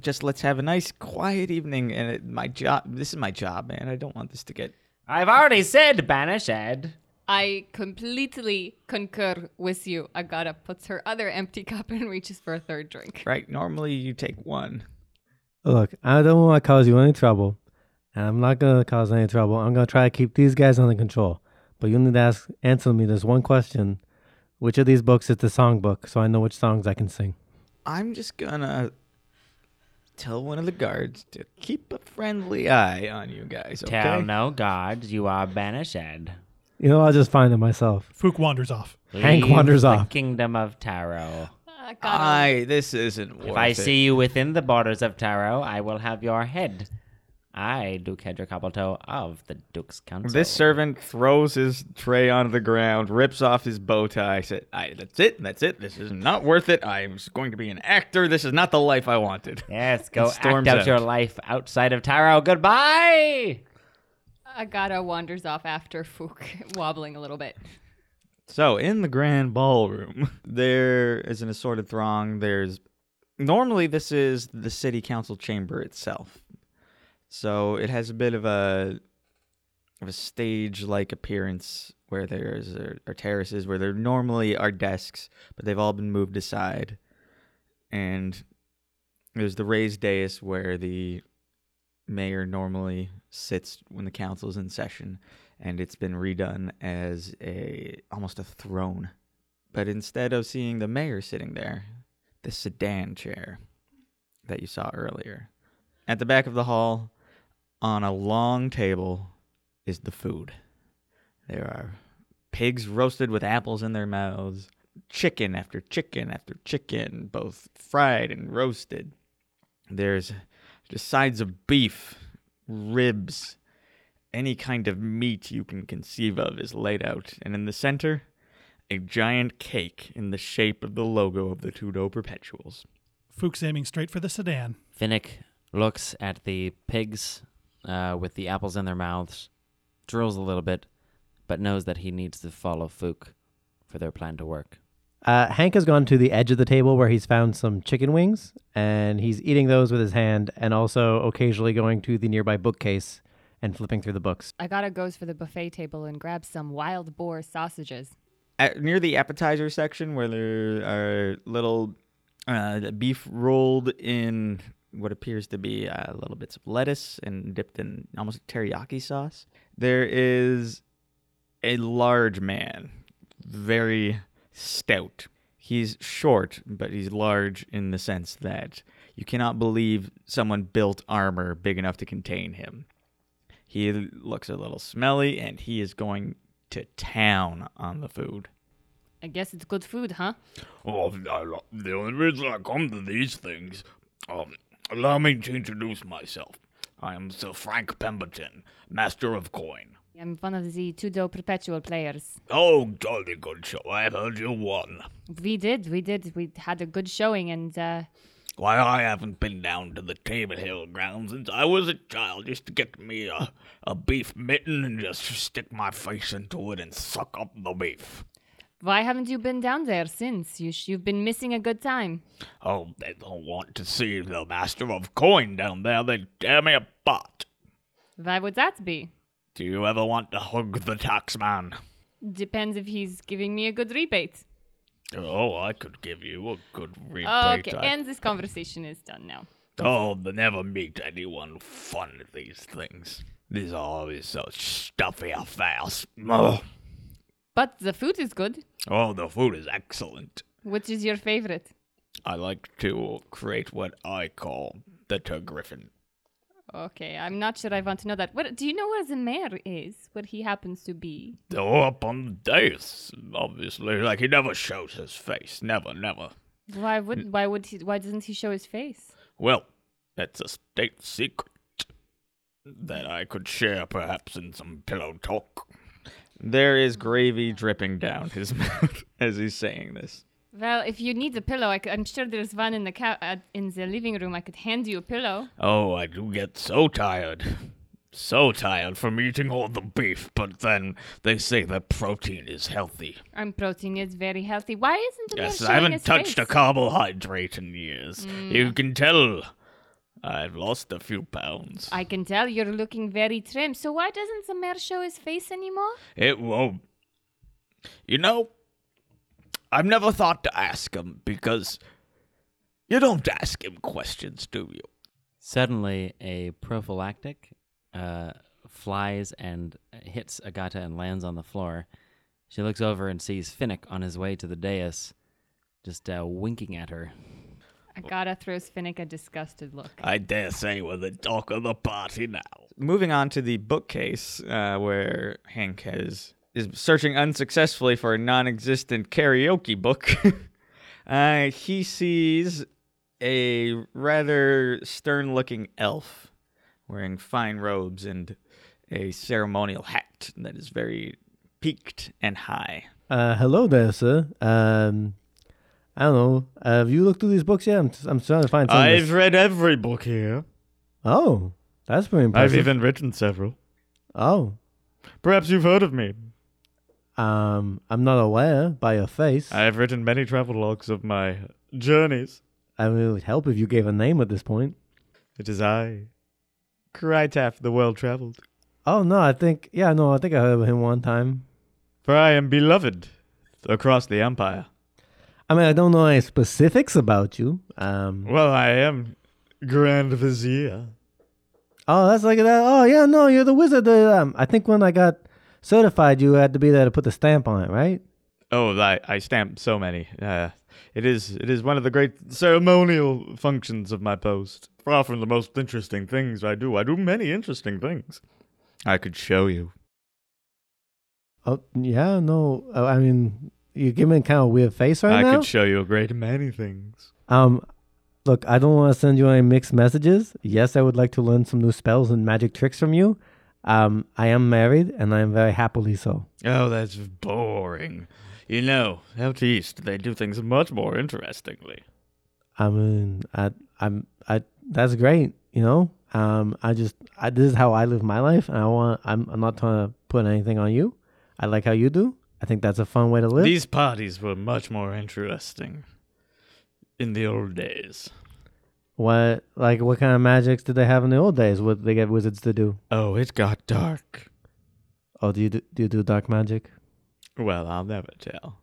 just let's have a nice quiet evening and it, my job this is my job, man. I don't want this to get
I've already said banish Ed.
I completely concur with you. Agata puts her other empty cup and reaches for a third drink.
right. Normally you take one.
Look, I don't want to cause you any trouble, and I'm not gonna cause any trouble. I'm gonna try to keep these guys under control. But you need to ask, answer me this one question: Which of these books is the songbook, so I know which songs I can sing?
I'm just gonna tell one of the guards to keep a friendly eye on you guys, okay?
Tell no gods you are banished. Hank
You know, I'll just find it myself.
Fook wanders off.
Hank wanders off.
kingdom of Tarot.
Agata,
I this isn't worth
If I
it.
see you within the borders of Tarot, I will have your head. I, Duke Hedrick Hobbletoe of the Duke's Council.
This servant throws his tray onto the ground, rips off his bow tie. Said, I, "That's it. That's it. This is not worth it. I'm just going to be an actor. This is not the life I wanted."
Yes, go act out,
storms out.
your life outside of Tarot. Goodbye.
Agata wanders off after Fook, wobbling a little bit.
So, in the grand ballroom, there is an assorted throng. There's normally this is the city council chamber itself, so it has a bit of a of a stage-like appearance where there's are, are terraces where there normally are desks, but they've all been moved aside, and There's the raised dais where the mayor normally sits when the council's in session, and it's been redone as a almost a throne. But instead of seeing the mayor sitting there, the sedan chair that you saw earlier. At the back of the hall, on a long table, is the food. There are pigs roasted with apples in their mouths, chicken after chicken after chicken, both fried and roasted. There's just sides of beef, ribs, any kind of meat you can conceive of is laid out. And in the center, a giant cake in the shape of the logo of the Tudo Perpetuals.
Fuchs aiming straight for the sedan.
Finnick looks at the pigs uh, with the apples in their mouths, drills a little bit, but knows that he needs to follow Fook for their plan to work.
Uh, Hank has gone to the edge of the table where he's found some chicken wings, and he's eating those with his hand, and also occasionally going to the nearby bookcase and flipping through the books.
I gotta goes for the buffet table and grab some wild boar sausages.
At, near the appetizer section, where there are little uh, beef rolled in what appears to be uh, little bits of lettuce and dipped in almost teriyaki sauce, there is a large man, very stout. He's short, but he's large in the sense that you cannot believe someone built armor big enough to contain him. He looks a little smelly and he is going to town on the food.
I guess it's good food, huh?
Oh, I lo- the only reason I come to these things, um, allow me to introduce myself. I am Sir Frank Pemberton, Master of Coin.
I'm one of the Tudo Perpetual players.
Oh, jolly good show. I heard you won.
We did, we did. We had a good showing and uh,
Why, I haven't been down to the Table Hill ground since I was a child. Used to get me a, a beef mitten and just stick my face into it and suck up the beef.
why haven't you been down there since? You sh- you've been missing a good time.
Oh, they don't want to see the Master of Coin down there. They tear me apart.
Why would that be?
Do you ever want to hug the taxman?
Depends if he's giving me a good rebate.
Oh, I could give you a good rebate.
Oh, Okay,
I-
and this conversation is done now.
Oh, they never meet anyone fun at these things. These are always such stuffy affairs. Ugh.
But the food is good.
Oh, the food is excellent.
Which is your favorite?
I like to create what I call the Ter Griffin.
Okay, I'm not sure I want to know that. What do you know where the mayor is? Where he happens to be?
Oh, up on the dais, obviously. Like, he never shows his face. Never, never.
Why would why would he why doesn't he show his face?
Well, that's a state secret that I could share perhaps in some pillow talk.
There is gravy dripping down his mouth as he's saying this.
Well, if you need a pillow, I c- I'm sure there's one in the ca- uh, in the living room. I could hand you a pillow.
Oh, I do get so tired. So tired from eating all the beef, but then they say that protein is healthy.
I'm protein is very healthy. Why isn't the mayor
Yes,
showing
I haven't
his
touched a
face? Mm.
carbohydrate in years. You can tell I've lost a few pounds.
I can tell you're looking very trim. So why doesn't the mayor show his face anymore?
It won't. You know, I've never thought to ask him because you don't ask him questions, do you?
Suddenly, a prophylactic uh, flies and hits Agata and lands on the floor. She looks over and sees Finnick on his way to the dais, just uh, winking at her.
Agata throws Finnick a disgusted look.
I dare say we're the talk of the party now.
Moving on to the bookcase, uh, where Hank has is searching unsuccessfully for a non-existent karaoke book. uh, he sees a rather stern-looking elf wearing fine robes and a ceremonial hat that is very peaked and high.
Uh, hello there, sir. Um, I don't know. have you looked through these books yet? I'm, I'm trying to find something.
I've read every book here.
Oh, that's pretty
I've
impressive.
even written several.
Oh,
Perhaps you've heard of me.
um, I'm not aware by your face.
I have written many travelogues of my journeys.
I mean, it would help if you gave a name at this point.
It is I, Crytaf the Well Traveled.
Oh no, I think yeah, no, I think I heard of him one time.
For I am beloved across the empire.
I mean, I don't know any specifics about you. Um,
Well, I am
Grand Vizier.
Oh, that's like that. Oh, yeah, no, you're the wizard. uh, Um, I think when I got certified, you had to be there to put the stamp on it, right?
Oh, I, I stamp so many. Uh, it is it is one of the great ceremonial functions of my post. Far from the most interesting things I do, I do many interesting things. I could show you.
Oh, yeah, no. uh, I mean, you're giving kind of a weird face right
I
now.
could show you a great many things.
um, look, I don't want to send you any mixed messages. Yes, I would like to learn some new spells and magic tricks from you. Um, I am married, and I am very happily so.
Oh, that's boring. You know, out east they do things much more interestingly.
I mean, I, I'm, I. That's great, you know. Um, I just, I, this is how I live my life, and I want. I'm, I'm not trying to put anything on you. I like how you do. I think that's a fun way to live.
These parties were much more interesting in the old days.
what, like, what kind of magics did they have in the old days? What they get wizards to do?
Oh, it got dark.
Oh, do you do, do you do dark magic?
Well, I'll never tell.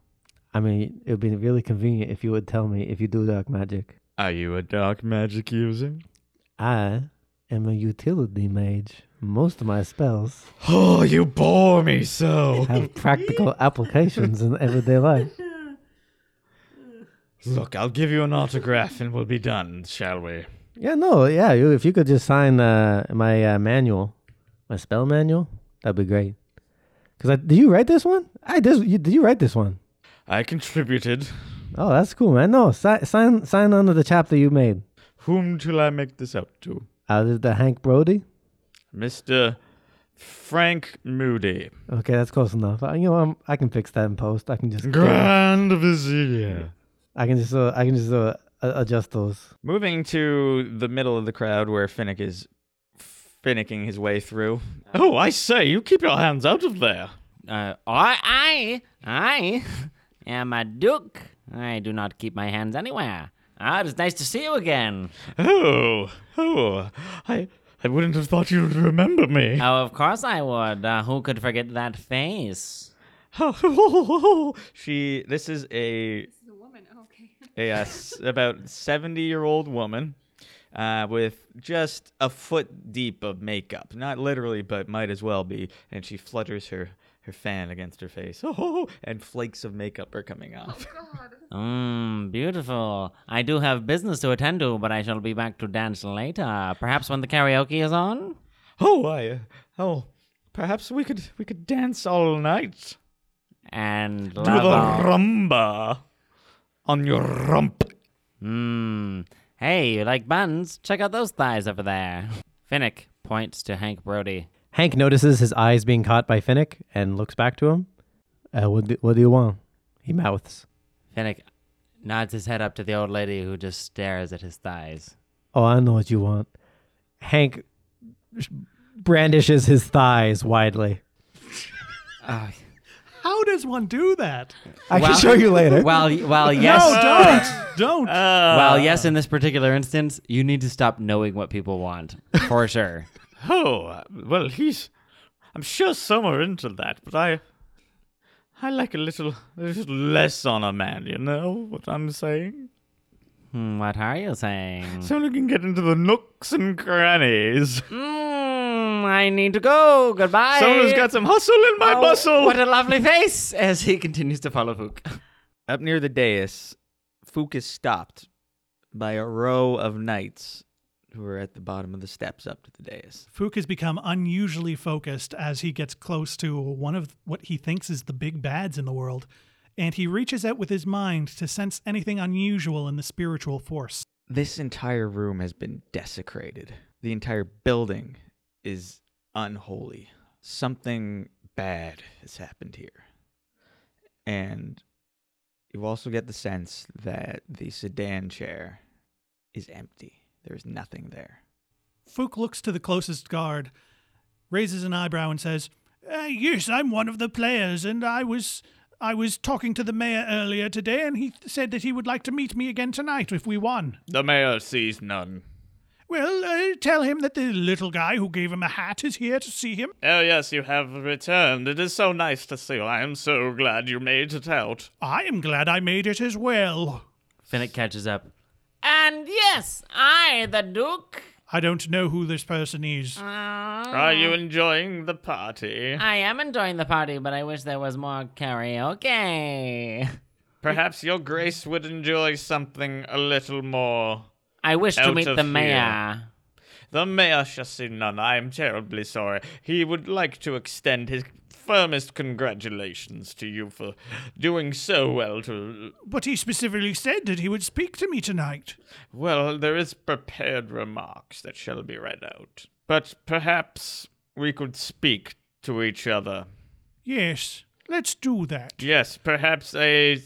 I mean, it would be really convenient if you would tell me if you do dark magic.
Are you a dark magic user?
I am a utility mage. Most of my spells
Oh, you bore me so.
have practical applications in everyday life.
Look, I'll give you an autograph and we'll be done, shall we?
Yeah, no, yeah. You, if you could just sign uh, my uh, manual, my spell manual, that'd be great. Cause I did you write this one? I this you, did you write this one?
I contributed.
Oh, that's cool, man. No, si- sign sign under the chapter you made.
Whom shall I make this up to?
Uh, the, the Hank Brody.
Mr. Frank Moody,
Okay, that's close enough. Uh, you know, I'm, I can fix that in post. I can just
Grand Vizier.
I can just uh, I can just uh, a- adjust those.
Moving to the middle of the crowd where Finnick is finicking his way through.
Oh, I say, you keep your hands out of there.
Uh, I, I, I am a duke. I do not keep my hands anywhere. Ah, it is nice to see you again. Hmm,
Oh, oh, I, I wouldn't have thought you'd remember me.
Oh, of course I would. Uh, who could forget that face?
she, this is a
This is a woman. oh, Okay.
a uh, s- about 70 year old woman uh, with just a foot deep of makeup. Not literally, but might as well be. And she flutters her, her fan against her face. Oh, and flakes of makeup are
Oh,
coming off.
Mmm, beautiful. I do have business to attend to, but I shall be back to dance later. Perhaps when the karaoke is on?
Oh,
uh,
I, oh, perhaps we could, we could dance all night.
And
Do the
love.
rumba on your rump.
Mmm. Hey, you like buns? Check out those thighs over there. Finnick points to Hank Brody.
Hank notices his eyes being caught by Finnick and looks back to him. Uh, what, do, what do you want? He mouths.
Finnick nods his head up to the old lady who just stares at his thighs.
Oh, I know what you want. Hank sh- brandishes his thighs widely.
How does one do that?
I
Wow.
can show you later.
Uh, Well, y- well, yes. Oh.
No, don't, don't.
Uh.
Well, yes, in this particular instance, you need to stop knowing what people want. For sure.
Oh, uh, well, he's. I'm sure some are into that, but I. I like a little, a little less on a man, you know what I'm saying?
Hmm, what are you saying?
So you can get into the nooks and crannies.
Mmm, I need to go. Goodbye.
Someone's got some hustle in my
Oh,
bustle.
What a lovely face as he continues to follow Fook.
Up near the dais, Fook is stopped by a row of knights who are at the bottom of the steps up to the dais.
Fook has become unusually focused as he gets close to one of what he thinks is the big bads in the world, and he reaches out with his mind to sense anything unusual in the spiritual force.
This entire room has been desecrated. The entire building is unholy. Something bad has happened here. And you also get the sense that the sedan chair is empty. There is nothing there.
Fook looks to the closest guard, raises an eyebrow, and says, uh, "Yes, I'm one of the players, and I was." I was talking to the mayor earlier today, and he th- said that he would like to meet me again tonight if we won.
the mayor sees none.
Well, uh, tell him that the little guy who gave him a hat is here to see him.
Oh, yes, you have returned. It is so nice to see you. I am so glad you made it out.
I am glad I made it as well.
Finnick catches up.
And yes, I, the Duke.
I don't know who this person is.
Uh.
Are you enjoying the party?
Ah. I am enjoying the party, but I wish there was more karaoke.
Perhaps your grace would enjoy something a little more.
I wish to
Out
meet
of
the
here.
mayor.
The mayor shall see none. I am terribly sorry. He would like to extend his firmest congratulations to you for doing so well to
But he specifically said that he would speak to me tonight.
Well, there is prepared remarks that shall be read out. But perhaps we could speak to each other.
Yes, let's do that.
Yes, perhaps a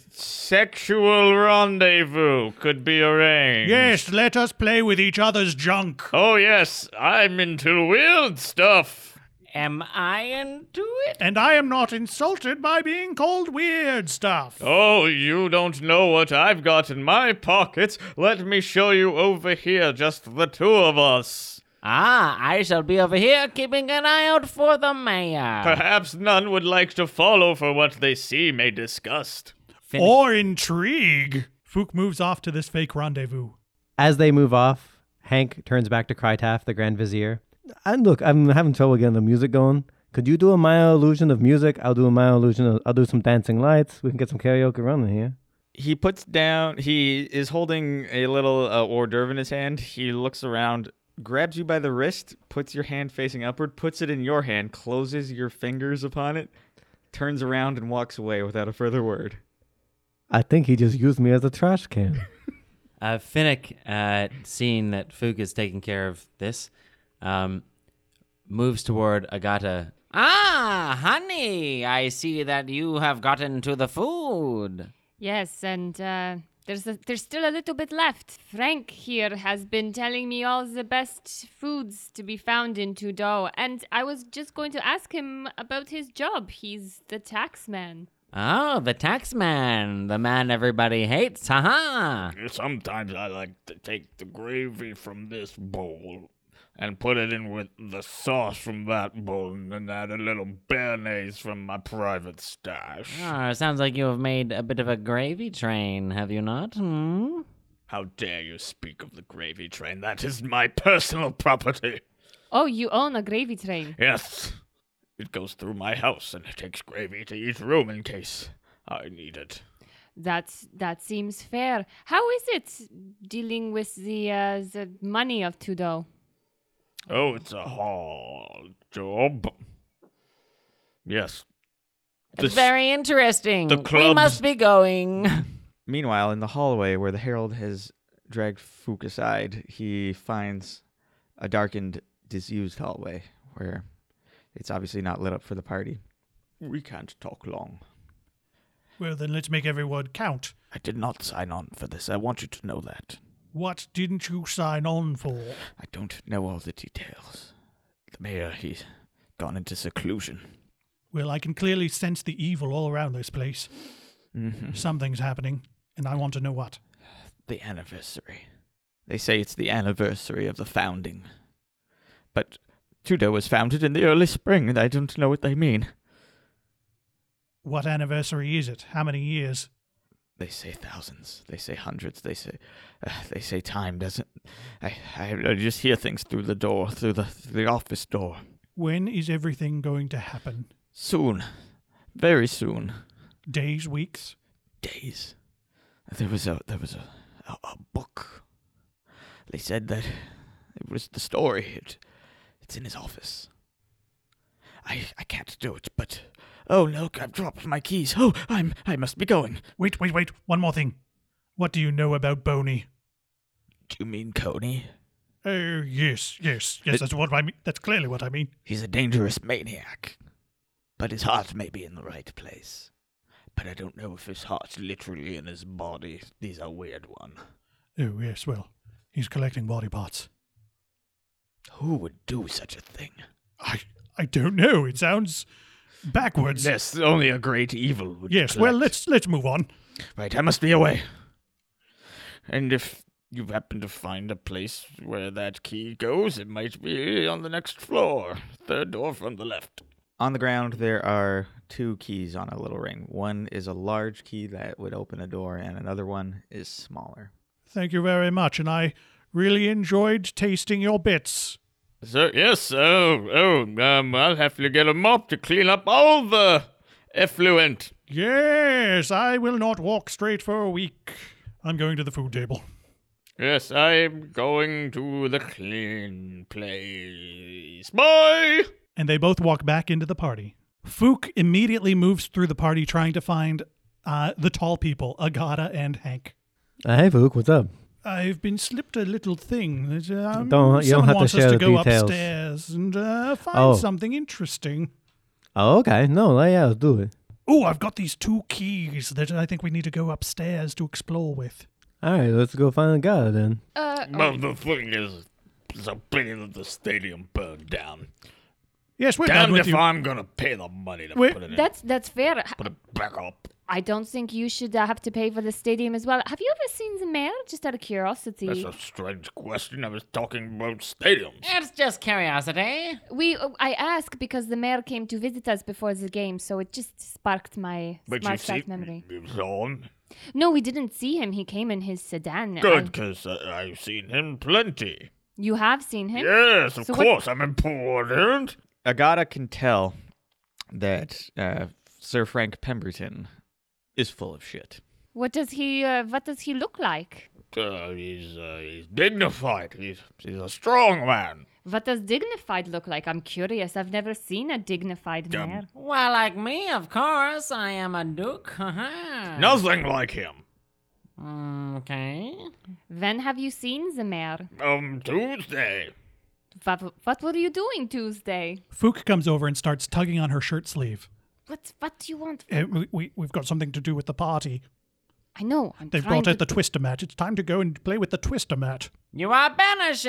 sexual rendezvous could be arranged.
Yes, let us play with each other's junk.
Oh, yes, I'm into weird stuff.
Am I into it?
And I am not insulted by being called weird stuff.
Oh, you don't know what I've got in my pockets. Let me show you over here, just the two of us.
Ah, I shall be over here keeping an eye out for the mayor.
Perhaps none would like to follow for what they see may disgust.
Or intrigue. Fook moves off to this fake rendezvous.
As they move off, Hank turns back to Krytaf, the Grand Vizier. And look, I'm having trouble getting the music going. Could you do a mild illusion of music? I'll do a mild illusion. Of, I'll do some dancing lights. We can get some karaoke running here.
He puts down. He is holding a little uh, hors d'oeuvre in his hand. He looks around, grabs you by the wrist, puts your hand facing upward, puts it in your hand, closes your fingers upon it, turns around and walks away without a further word.
I think he just used me as a trash can.
Uh, Finnick, uh, seeing that Fook is taking care of this, um, moves toward Agata.
Ah, honey, I see that you have gotten to the food.
Yes, and uh, there's a, there's still a little bit left. Frank here has been telling me all the best foods to be found in Tudo, and I was just going to ask him about his job. He's the tax man.
Oh, the tax man, the man everybody hates, haha.
Sometimes I like to take the gravy from this bowl and put it in with the sauce from that bowl and then add a little béarnaise from my private stash.
Ah, sounds like you have made a bit of a gravy train, have you not? Hmm?
How dare you speak of the gravy train? That is my personal property.
Oh, you own a gravy train.
Yes. It goes through my house and it takes gravy to each room in case I need it.
That's that seems fair. How is it dealing with the uh, the money of Tudo?
Oh, it's a hard job. Yes.
It's
This-
very interesting.
the
We
clubs-
must be going.
Meanwhile, in the hallway where the herald has dragged Fook aside, he finds a darkened, disused hallway where it's obviously not lit up for the party.
We can't talk long.
Well, then let's make everyone count.
I did not sign on for this. I want you to know that.
What didn't you sign on for?
I don't know all the details. The mayor, he's gone into seclusion.
Well, I can clearly sense the evil all around this place.
Mm-hmm.
Something's happening, and I want to know what.
The anniversary. They say it's the anniversary of the founding. But Tudor was founded in the early spring, and I don't know what they mean.
What anniversary is it? How many years?
They say thousands. They say hundreds. They say, uh, they say time doesn't. I, I, I just hear things through the door, through the the office door.
When is everything going to happen?
Soon, very soon.
Days, weeks?
days. There was a there was a, a, a book. They said that it was the story. It, it's in his office. I I can't do it, but oh look, I've dropped my keys. Oh, I'm I must be going.
Wait, wait, wait. One more thing. What do you know about Boney?
Do you mean Coney?
Oh, yes, yes, yes.
It-
That's what I mean. That's clearly what I mean.
He's a dangerous maniac, but his heart may be in the right place. But I don't know if his heart's literally in his body. He's a weird one.
Oh, yes, well, he's collecting body parts.
Who would do such a thing?
I, I don't know. It sounds backwards.
Yes, oh, only a great evil would.
Yes, well,
collect.
let's let's move on.
Right, I must be away. And if you happen to find a place where that key goes, it might be on the next floor, third door from the left.
On the ground, there are two keys on a little ring. One is a large key that would open a door, and another one is smaller.
Thank you very much, and I really enjoyed tasting your bits.
So yes, oh oh, um, I'll have to get a mop to clean up all the effluent.
Yes, I will not walk straight for a week. I'm going to the food table.
Yes, I'm going to the clean place, boy.
And they both walk back into the party. Fook immediately moves through the party trying to find uh, the tall people, Agata and Hank.
Uh, hey, Vuk, what's up?
I've been slipped a little thing. that, Um,
Don't- you don't
someone
have to
wants
share
us
the
to go
details.
upstairs and uh, find
Oh.
something interesting.
Oh, okay. No, like, yeah, let's do it.
Oh, I've got these two keys that I think we need to go upstairs to explore with.
All right, let's go find God then.
Uh,
oh.
Motherfuckers, so pity that the stadium burned down.
Yes, we're done
Damned
with
if
you.
I'm gonna pay the money to
Wait,
put it in,
That's that's fair.
put it back up.
I don't think you should uh, have to pay for the stadium as well. Have you ever seen the mayor? Just out of curiosity.
That's a strange question. I was talking about stadiums.
It's just curiosity.
We uh, I ask because the mayor came to visit us before the game, so it just sparked my
But you
smart
see,
sack memory.
you saw him.
No, we didn't see him. He came in his sedan. I-
Good, because I've seen him plenty.
you have seen him.
Yes, of
So what-
course, I'm important.
Agata can tell that uh, Sir Frank Pemberton is full of shit.
What does he? Uh, what does he look like?
Uh, he's uh, he's dignified. He's he's a strong man.
What does dignified look like? I'm curious. I've never seen a dignified
Um,
mayor.
Well, Ah, like me, of course. I am a duke. uh-huh.
Oh.
Haha.
Nothing like him.
Okay.
When have you seen the mayor?
Um, Tuesday.
What, what were you doing Tuesday?
Fook comes over and starts tugging on her shirt sleeve.
What What do you want?
Uh, we, we, we've got something to do with the party.
I know. I'm
They've
trying
brought out
to-
the twister mat. It's time to go and play with the twister mat.
You are banished.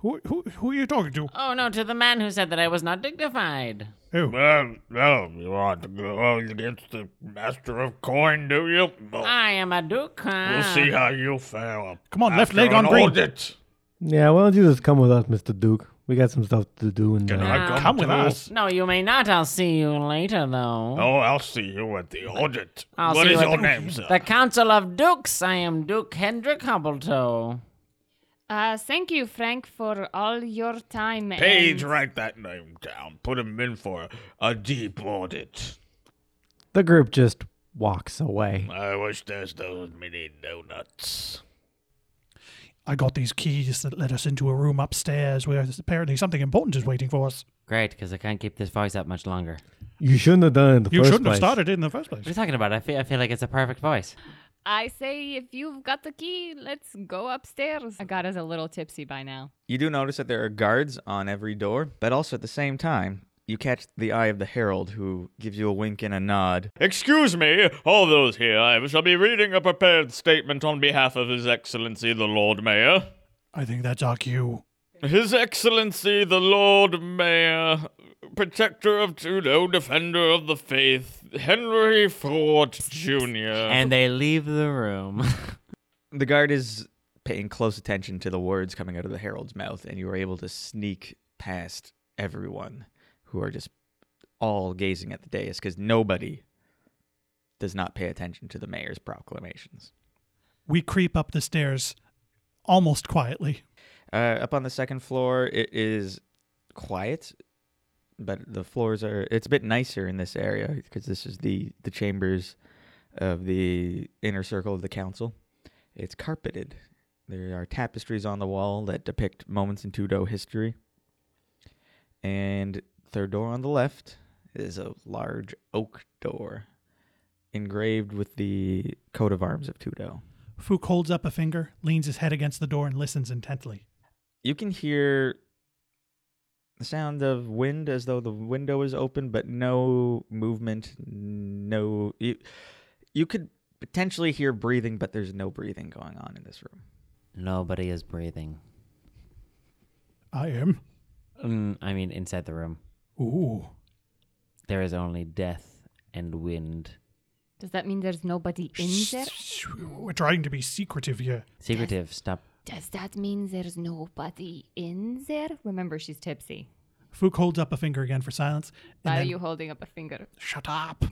Who, who, who are you talking to?
Oh no, to the man who said that I was not dignified.
Oh,
Um, no, you want to go against the master of coin, do you? Well,
I am a duke.
Oh. we'll see how you fare.
Come on, left
after
leg
an
on green.
audit.
Yeah, why don't you just come with us, Mr. Duke? We got some stuff to do and
Can
uh,
I come,
come with
too?
us.
No, you may not. I'll see you later, though.
Oh, I'll see you at the audit.
I'll
What
see
is
you at
your
the-
name, sir?
The Council of Dukes. I am Duke Hendrik Hobbletoe.
Uh, thank you, Frank, for all your time.
Page,
and-
write that name down. Put him in for a deep audit.
the group just walks away.
I wish there's those mini donuts.
I got these keys that led us into a room upstairs where there's apparently something important is waiting for us.
Great, because I can't keep this voice up much longer.
You shouldn't have done it in the
You
first
shouldn't have
place.
started it in the first place.
What are you talking about? I feel, I feel like it's a perfect voice.
I say, if you've got the key, let's go upstairs.
Agata's a little tipsy by now.
You do notice that there are guards on every door, but also at the same time, you catch the eye of the herald who gives you a wink and a nod.
Excuse me, all those here, I shall be reading a prepared statement on behalf of His Excellency the Lord Mayor.
I think that's our cue.
His Excellency the Lord Mayor, Protector of Trudeau, Defender of the Faith, Henry Ford Jr.
And they leave the room.
The guard is paying close attention to the words coming out of the herald's mouth, and you are able to sneak past everyone who are just all gazing at the dais because nobody does not pay attention to the mayor's proclamations.
We creep up the stairs almost quietly.
Uh, up on the second floor, it is quiet, but the floors are. It's a bit nicer in this area because this is the the chambers of the inner circle of the council. It's carpeted. There are tapestries on the wall that depict moments in Tudo history. And third door on the left is a large oak door engraved with the coat of arms of Tudo.
Fook holds up a finger, leans his head against the door, and listens intently.
you can hear the sound of wind as though the window is open, but no movement. No, you, you could potentially hear breathing, but there's no breathing going on in this room.
Nobody is breathing.
I am.
Mm, I mean, inside the room,
Ooh.
there is only death and wind.
Does that mean there's nobody in there?
We're trying to be secretive here.
Secretive, stop.
Does that mean there's nobody in there?
Remember, she's tipsy.
Fook holds up a finger again for silence. and
Why are
then-
you holding up a finger?
Shut up.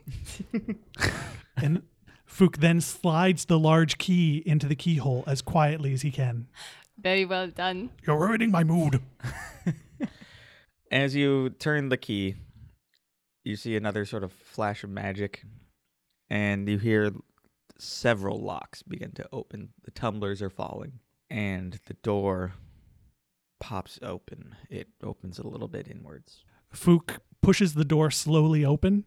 and Fook then slides the large key into the keyhole as quietly as he can.
Very well done.
You're ruining my mood.
As you turn the key, you see another sort of flash of magic, and you hear several locks begin to open. The tumblers are falling, and the door pops open. It opens a little bit inwards.
Fook pushes the door slowly open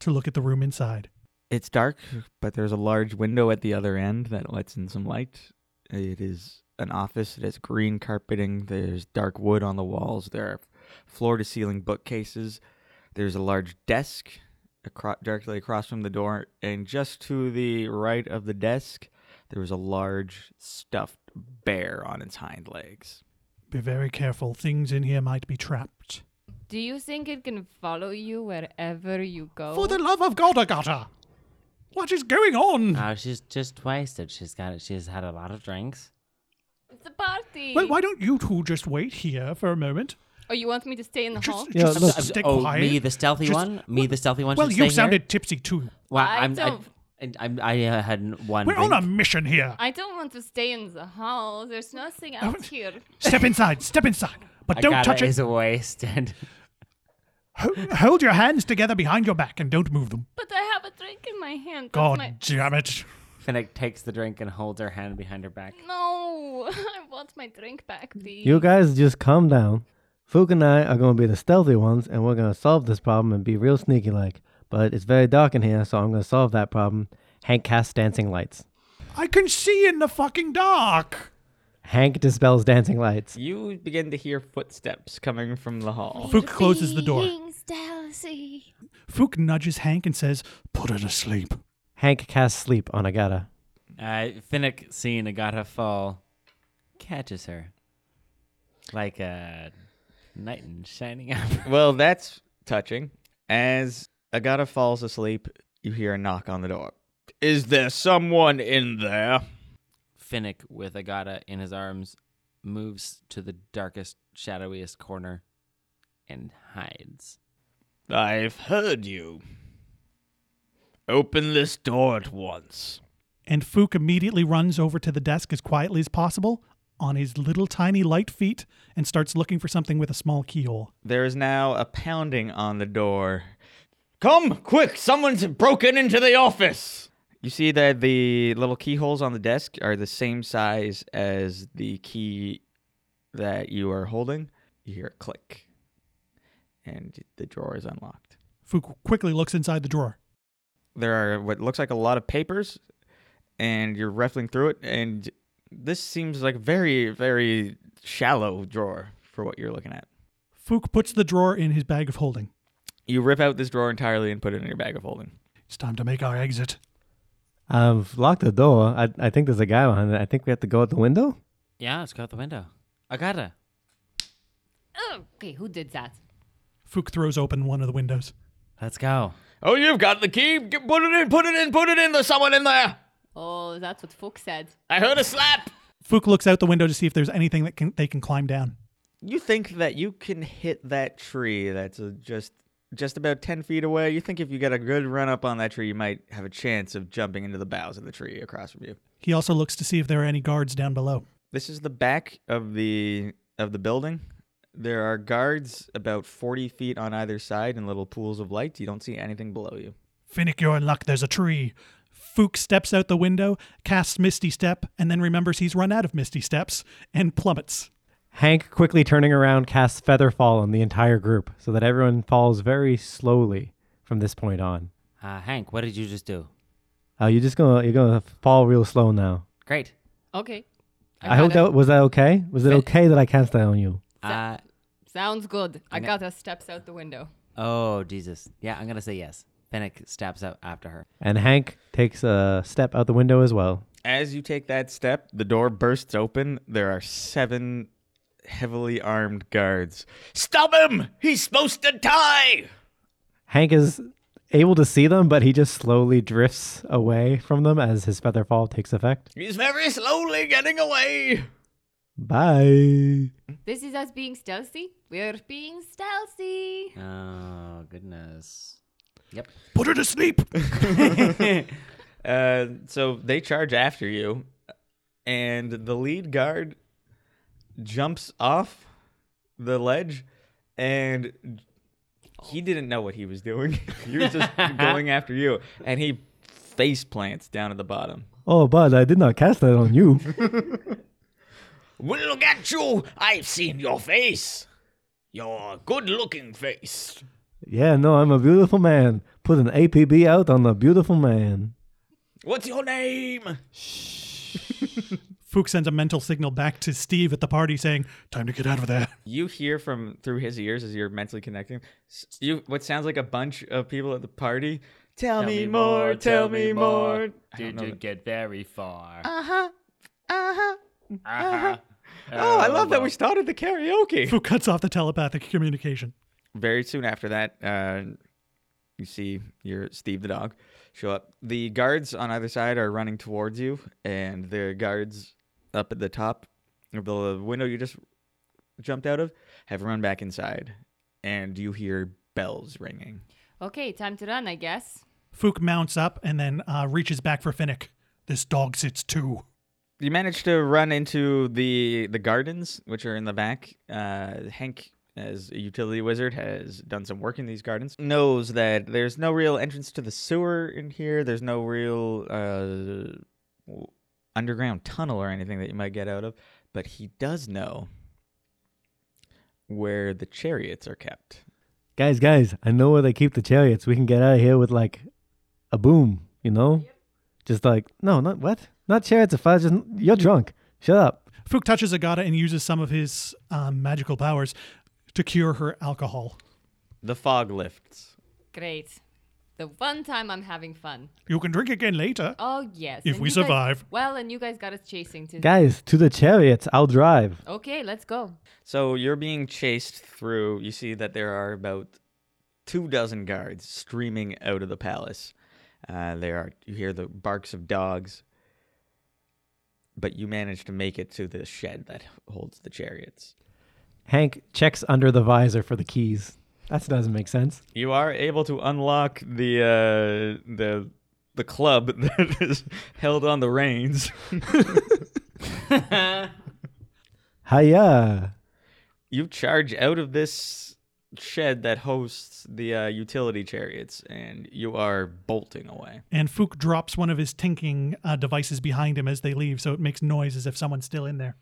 to look at the room inside.
It's dark, but there's a large window at the other end that lets in some light. It is an office. It has green carpeting. There's dark wood on the walls. There are floor to ceiling bookcases. There's a large desk acro- directly across from the door. And just to the right of the desk, there is a large stuffed bear on its hind legs.
Be very careful. Things in here might be trapped.
Do you think it can follow you wherever you go?
For the love of God, Agata! What is going on?
Oh, she's just wasted. She's got. She's had a lot of drinks.
it's a party.
well, why don't you two just wait here for a moment?
Oh, you want me to stay in the hall?
Just,
Yeah,
just
look-
stay
oh,
quiet.
me the stealthy
Just-
one. Me the stealthy one.
Well,
should
you
stay here?
sounded tipsy too.
Well,
I
I'm, I,
don't-
and I'm, I uh, had one.
We're on a
drink.
mission here.
I don't want to stay in the hall. There's nothing out here.
Step inside. Step inside. But don't
Agata
touch it.
is wasted.
Ho- Hold your hands together behind your back and don't move them.
But I have a drink in my hand. That's
God
my-
damn it.
Finnick takes the drink and holds her hand behind her back.
No, I want my drink back, please.
You guys just calm down. Fook and I are going to be the stealthy ones, and we're going to solve this problem and be real sneaky like. But it's very dark in here, so I'm going to solve that problem. Hank casts dancing lights.
I can see in the fucking dark.
Hank dispels dancing lights.
You begin to hear footsteps coming from the hall.
Fook closes the door.
Being stealthy.
Fook nudges Hank and says, Put it asleep.
Hank casts sleep on Agata.
Uh, Finnick, seeing Agata fall, catches her like a knight in shining armor.
Well, that's touching. As Agata falls asleep, you hear a knock on the door.
Is there someone in there?
Finnick, with Agata in his arms, moves to the darkest, shadowiest corner and hides.
I've heard you. Open this door at once.
And Fook immediately runs over to the desk as quietly as possible on his little tiny light feet and starts looking for something with a small keyhole.
There is now a pounding on the door.
Come, quick! Someone's broken into the office!
You see that the little keyholes on the desk are the same size as the key that you are holding. You hear a click, and the drawer is unlocked.
Fook quickly looks inside the drawer.
There are what looks like a lot of papers, and you're ruffling through it, and this seems like a very, very shallow drawer for what you're looking at.
Fook puts the drawer in his bag of holding.
You rip out this drawer entirely and put it in your bag of holding.
It's time to make our exit.
I've locked the door. I, I think there's a guy behind it. I think we have to go out the window.
Yeah, let's go out the window. Agata.
Oh, okay, who did that?
Fook throws open one of the windows.
Let's go.
Oh, you've got the key. G- Put it in, put it in, put it in. There's someone in there.
Oh, that's what Fook said.
I heard a slap.
Fook looks out the window to see if there's anything that can, they can climb down.
You think that you can hit that tree that's uh, just just about 10 feet away. You think if you get a good run up on that tree, you might have a chance of jumping into the boughs of the tree across from you.
He also looks to see if there are any guards down below.
This is the back of the of the building. There are guards about 40 feet on either side and little pools of light. You don't see anything below you.
Finnick, you're in luck. There's a tree. Fook steps out the window, casts Misty Step, and then remembers he's run out of Misty Steps and plummets.
Hank, quickly turning around, casts Feather Fall on the entire group so that everyone falls very slowly from this point on.
Uh, Hank, what did you just do?
Oh, you're just gonna you're gonna fall real slow now.
Great.
Okay.
I, hope
got it.
that was that okay. Was it okay that I cast that on you?
Uh,
Sounds good. I
Ne-
got her steps out the window.
oh Jesus. Yeah, I'm gonna say yes. Finnick steps up after her.
And Hank takes a step out the window as well.
As you take that step, the door bursts open. There are seven heavily armed guards.
Stop him. He's supposed to die.
Hank is able to see them, but he just slowly drifts away from them as his feather fall takes effect.
He's very slowly getting away.
Bye.
This is us being stealthy. We're being stealthy.
Oh goodness.
Put her to sleep.
Uh, so they charge after you, and the lead guard jumps off the ledge, and he didn't know what he was doing. he was just going after you, and he face plants down at the bottom.
Oh, but I did not cast that on you.
Look at you! I've seen your face! Your good looking face!
yeah, no, I'm a beautiful man. Put an APB out on a beautiful man.
What's your name?
Fook sends a mental signal back to Steve at the party saying, Time to get out of there.
You hear from through his ears as you're mentally connecting. s- You what sounds like a bunch of people at the party. Tell, me, more, Tell me more. Ah, I don't
Did
know
you
that-
get very far?
Uh-huh. Uh-huh.
Uh-huh.
Oh, I love that we started the karaoke.
Fook cuts off the telepathic communication.
very soon after that, uh, you see your Steve the dog show up. The guards on either side are running towards you, and the guards up at the top of the window you just jumped out of have run back inside, and you hear bells ringing.
Okay, time to run, I guess.
Fook mounts up and then uh, reaches back for Finnick. This dog sits too.
You manage to run into the the gardens, which are in the back. Uh, Hank, as a utility wizard, has done some work in these gardens. Knows that there's no real entrance to the sewer in here. There's no real uh, w- underground tunnel or anything that you might get out of. But he does know where the chariots are kept.
Guys, guys, I know where they keep the chariots. We can get out of here with like a boom, you know? Just like, no, not what? Not chariots of fire. Just, you're drunk. Shut up.
Fook touches Agata and uses some of his um, magical powers to cure her alcohol.
The fog lifts.
Great. The one time I'm having fun.
You can drink again later.
Oh yes.
If
and
we
you guys-
survive.
well, and you guys got us chasing too.
Guys, to the chariots. I'll drive.
okay, let's go.
So you're being chased through. You see that there are about two dozen guards streaming out of the palace. Uh, there are you hear the barks of dogs, but you manage to make it to the shed that holds the chariots.
Hank checks under the visor for the keys. That doesn't make sense.
You are able to unlock the uh, the the club that is held on the reins.
Hiya.
you charge out of this shed that hosts the uh, utility chariots, and you are bolting away.
And Fook drops one of his tinking uh, devices behind him as they leave, so it makes noise as if someone's still in there.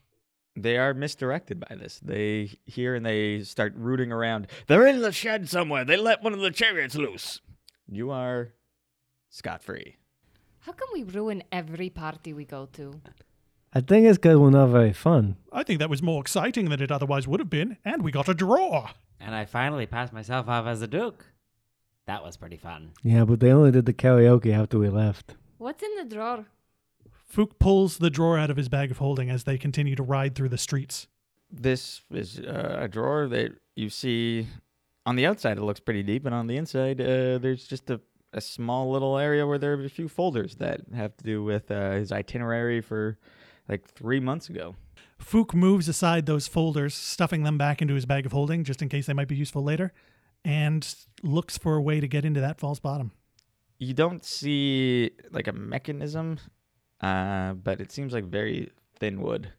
they are misdirected by this. They hear and they start rooting around.
They're in the shed somewhere. They let one of the chariots loose.
You are scot free.
How can we ruin every party we go to?
I think it's because we're not very fun.
I think that was more exciting than it otherwise would have been, and we got a draw.
And I finally passed myself off as a duke. That was pretty fun.
Yeah, but they only did the karaoke after we left.
What's in the drawer?
Fook pulls the drawer out of his bag of holding as they continue to ride through the streets.
This is uh, a drawer that you see on the outside. It looks pretty deep, and on the inside, uh, there's just a, a small little area where there are a few folders that have to do with uh, his itinerary for like three months ago.
Fook moves aside those folders, stuffing them back into his bag of holding just in case they might be useful later, and looks for a way to get into that false bottom.
You don't see like a mechanism, uh, but it seems like very thin wood.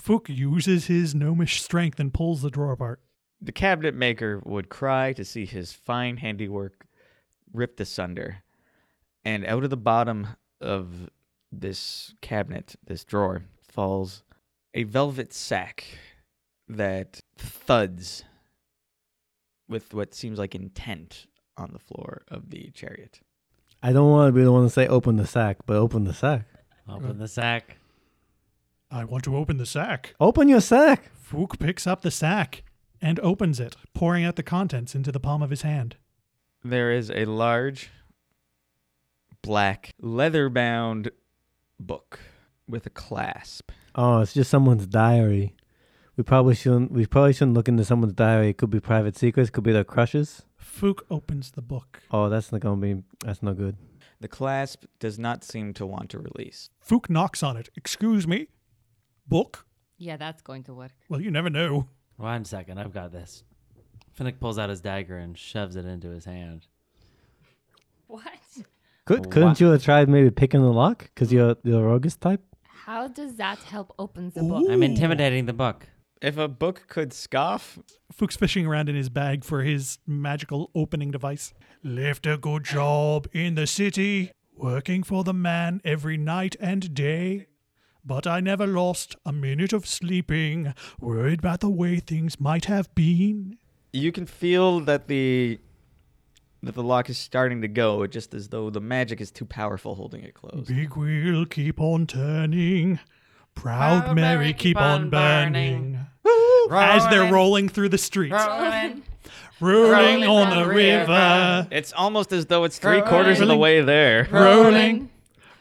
Fook uses his gnomish strength and pulls the drawer apart.
The cabinet maker would cry to see his fine handiwork ripped asunder. And out of the bottom of this cabinet, this drawer, falls a velvet sack that thuds with what seems like intent on the floor of the chariot.
I don't want to be the one to say open the sack, but open the sack.
Open the sack.
I want to open the sack.
Open your Oh, sack.
Fook picks up the sack and opens it, pouring out the contents into the palm of his hand.
There is a large black leather bound book with a clasp.
Oh, it's just someone's diary. We probably shouldn't. We probably shouldn't look into someone's diary. It could be private secrets. Could be their crushes.
Fook opens the book.
Oh, that's not gonna be. That's no good.
The clasp does not seem to want to release.
Fook knocks on it. Excuse me? Book?
Yeah, that's going to work.
Well, you never know.
One second, I've got this. Finnick pulls out his dagger and shoves it into his hand.
What?
Could, couldn't you have tried maybe picking the lock because you're the roguish type?
How does that help open the book?
I'm intimidating the book.
If a book could scoff,
Fuchs fishing around in his bag for his magical opening device. Left a good job in the city, working for the man every night and day. But I never lost a minute of sleeping, worried about the way things might have been.
you can feel that the that the lock is starting to go, just as though the magic is too powerful holding it closed.
Big wheel keep on turning, proud Mary keep, on burning. As they're rolling through the streets, rolling on the river,
It's almost as though it's three quarters of the way there.
rolling,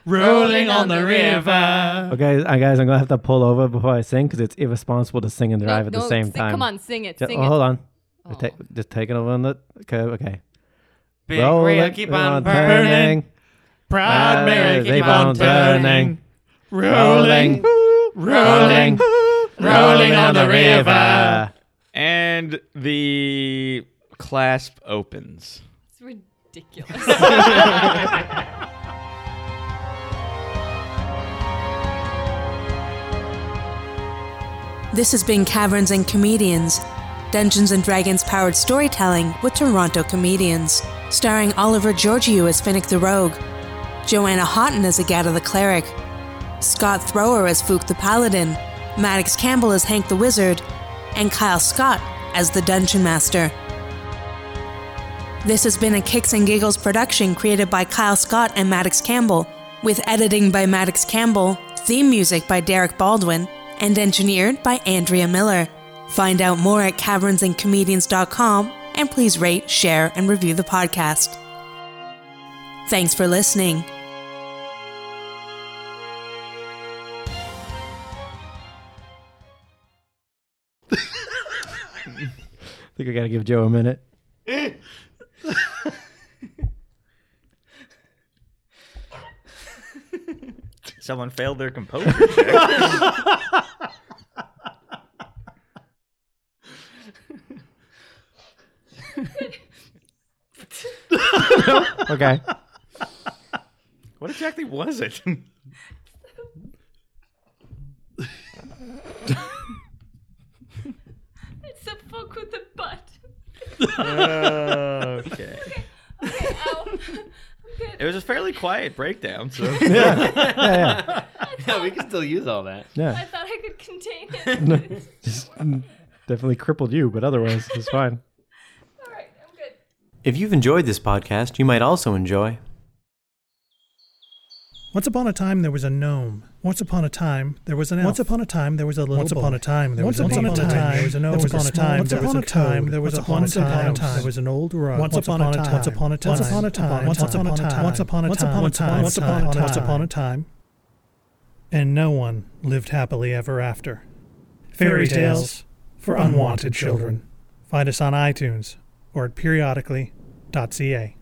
rolling on the river.
Okay, uh, guys, I'm gonna have to pull over before I sing because it's irresponsible to sing and
No,
drive at the
no,
same
sing-
time.
Come on, sing it.
Ju-
Sing
oh,
it.
hold on.
Oh.
Ta- just taking over on the. Okay, okay.
Big
Roll
wheel,
it
keep on
burning. Proud
Uh,
Mary
they
keep on
bound
turning, rolling, rolling, rolling on the river.
And the clasp opens.
It's ridiculous.
This has been Caverns and Comedians, Dungeons and Dragons powered storytelling with Toronto comedians, starring Oliver Georgiou as Finnick the Rogue, Joanna Houghton as Agata the Cleric, Scott Thrower as Fook the Paladin, Maddox Campbell as Hank the Wizard, and Kyle Scott as the Dungeon Master. This has been a Kicks and Giggles production created by Kyle Scott and Maddox Campbell, with editing by Maddox Campbell, theme music by Derek Baldwin, and engineered by Andrea Miller. Find out more at cavernsandcomedians.com and please rate, share, and review the podcast. Thanks for listening.
I think we gotta give Joe a minute.
Someone failed their composure. check.
Okay.
what exactly was it?
it's a book with a butt.
okay.
Ow.
It was a fairly quiet breakdown, so
Yeah, we can still use all that.
I thought I could contain it.
Just mm, definitely crippled you, but otherwise it's fine.
All right, I'm good.
If you've enjoyed this podcast, you might also enjoy
Once upon a time, there was a gnome. Once upon a time, there was an elf. Once upon a time, there was a little Once upon a time, there was a Once upon a time, there was an Once upon a time, there was a time, there was a upon a time, there was an old rug. Once upon a time, once upon a time, once upon a time, once upon a time, once upon a time, once upon a time, once upon a time, once upon a time. And no one lived happily ever after. Fairy tales for unwanted children. Find us on iTunes or at periodically.ca.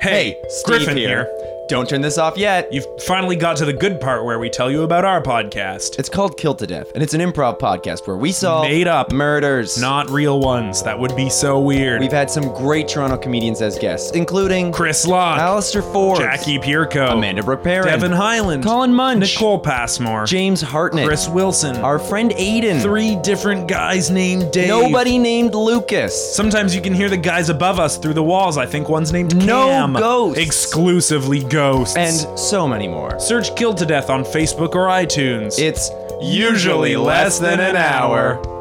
Hey, Griffin here.
Don't turn this off yet.
You've finally got to the good part where we tell you about our podcast.
It's called Kill to Death, and it's an improv podcast where we solve
Made up.
murders.
Not real ones. That would be so weird.
We've had some great Toronto comedians as guests, including
Chris Locke,
Alistair Ford,
Jackie Pierco,
Amanda Brooke Perrin,
Devin Highland,
Colin Munch,
Nicole Passmore,
James Hartnett,
Chris Wilson,
our friend Aiden,
three different guys named Dave.
nobody named Lucas.
Sometimes you can hear the guys above us through the walls. I think one's named
No
Cam.
ghosts.
Exclusively ghosts.
And so many more.
search Killed to Death on Facebook or iTunes.
It's
usually less than an hour.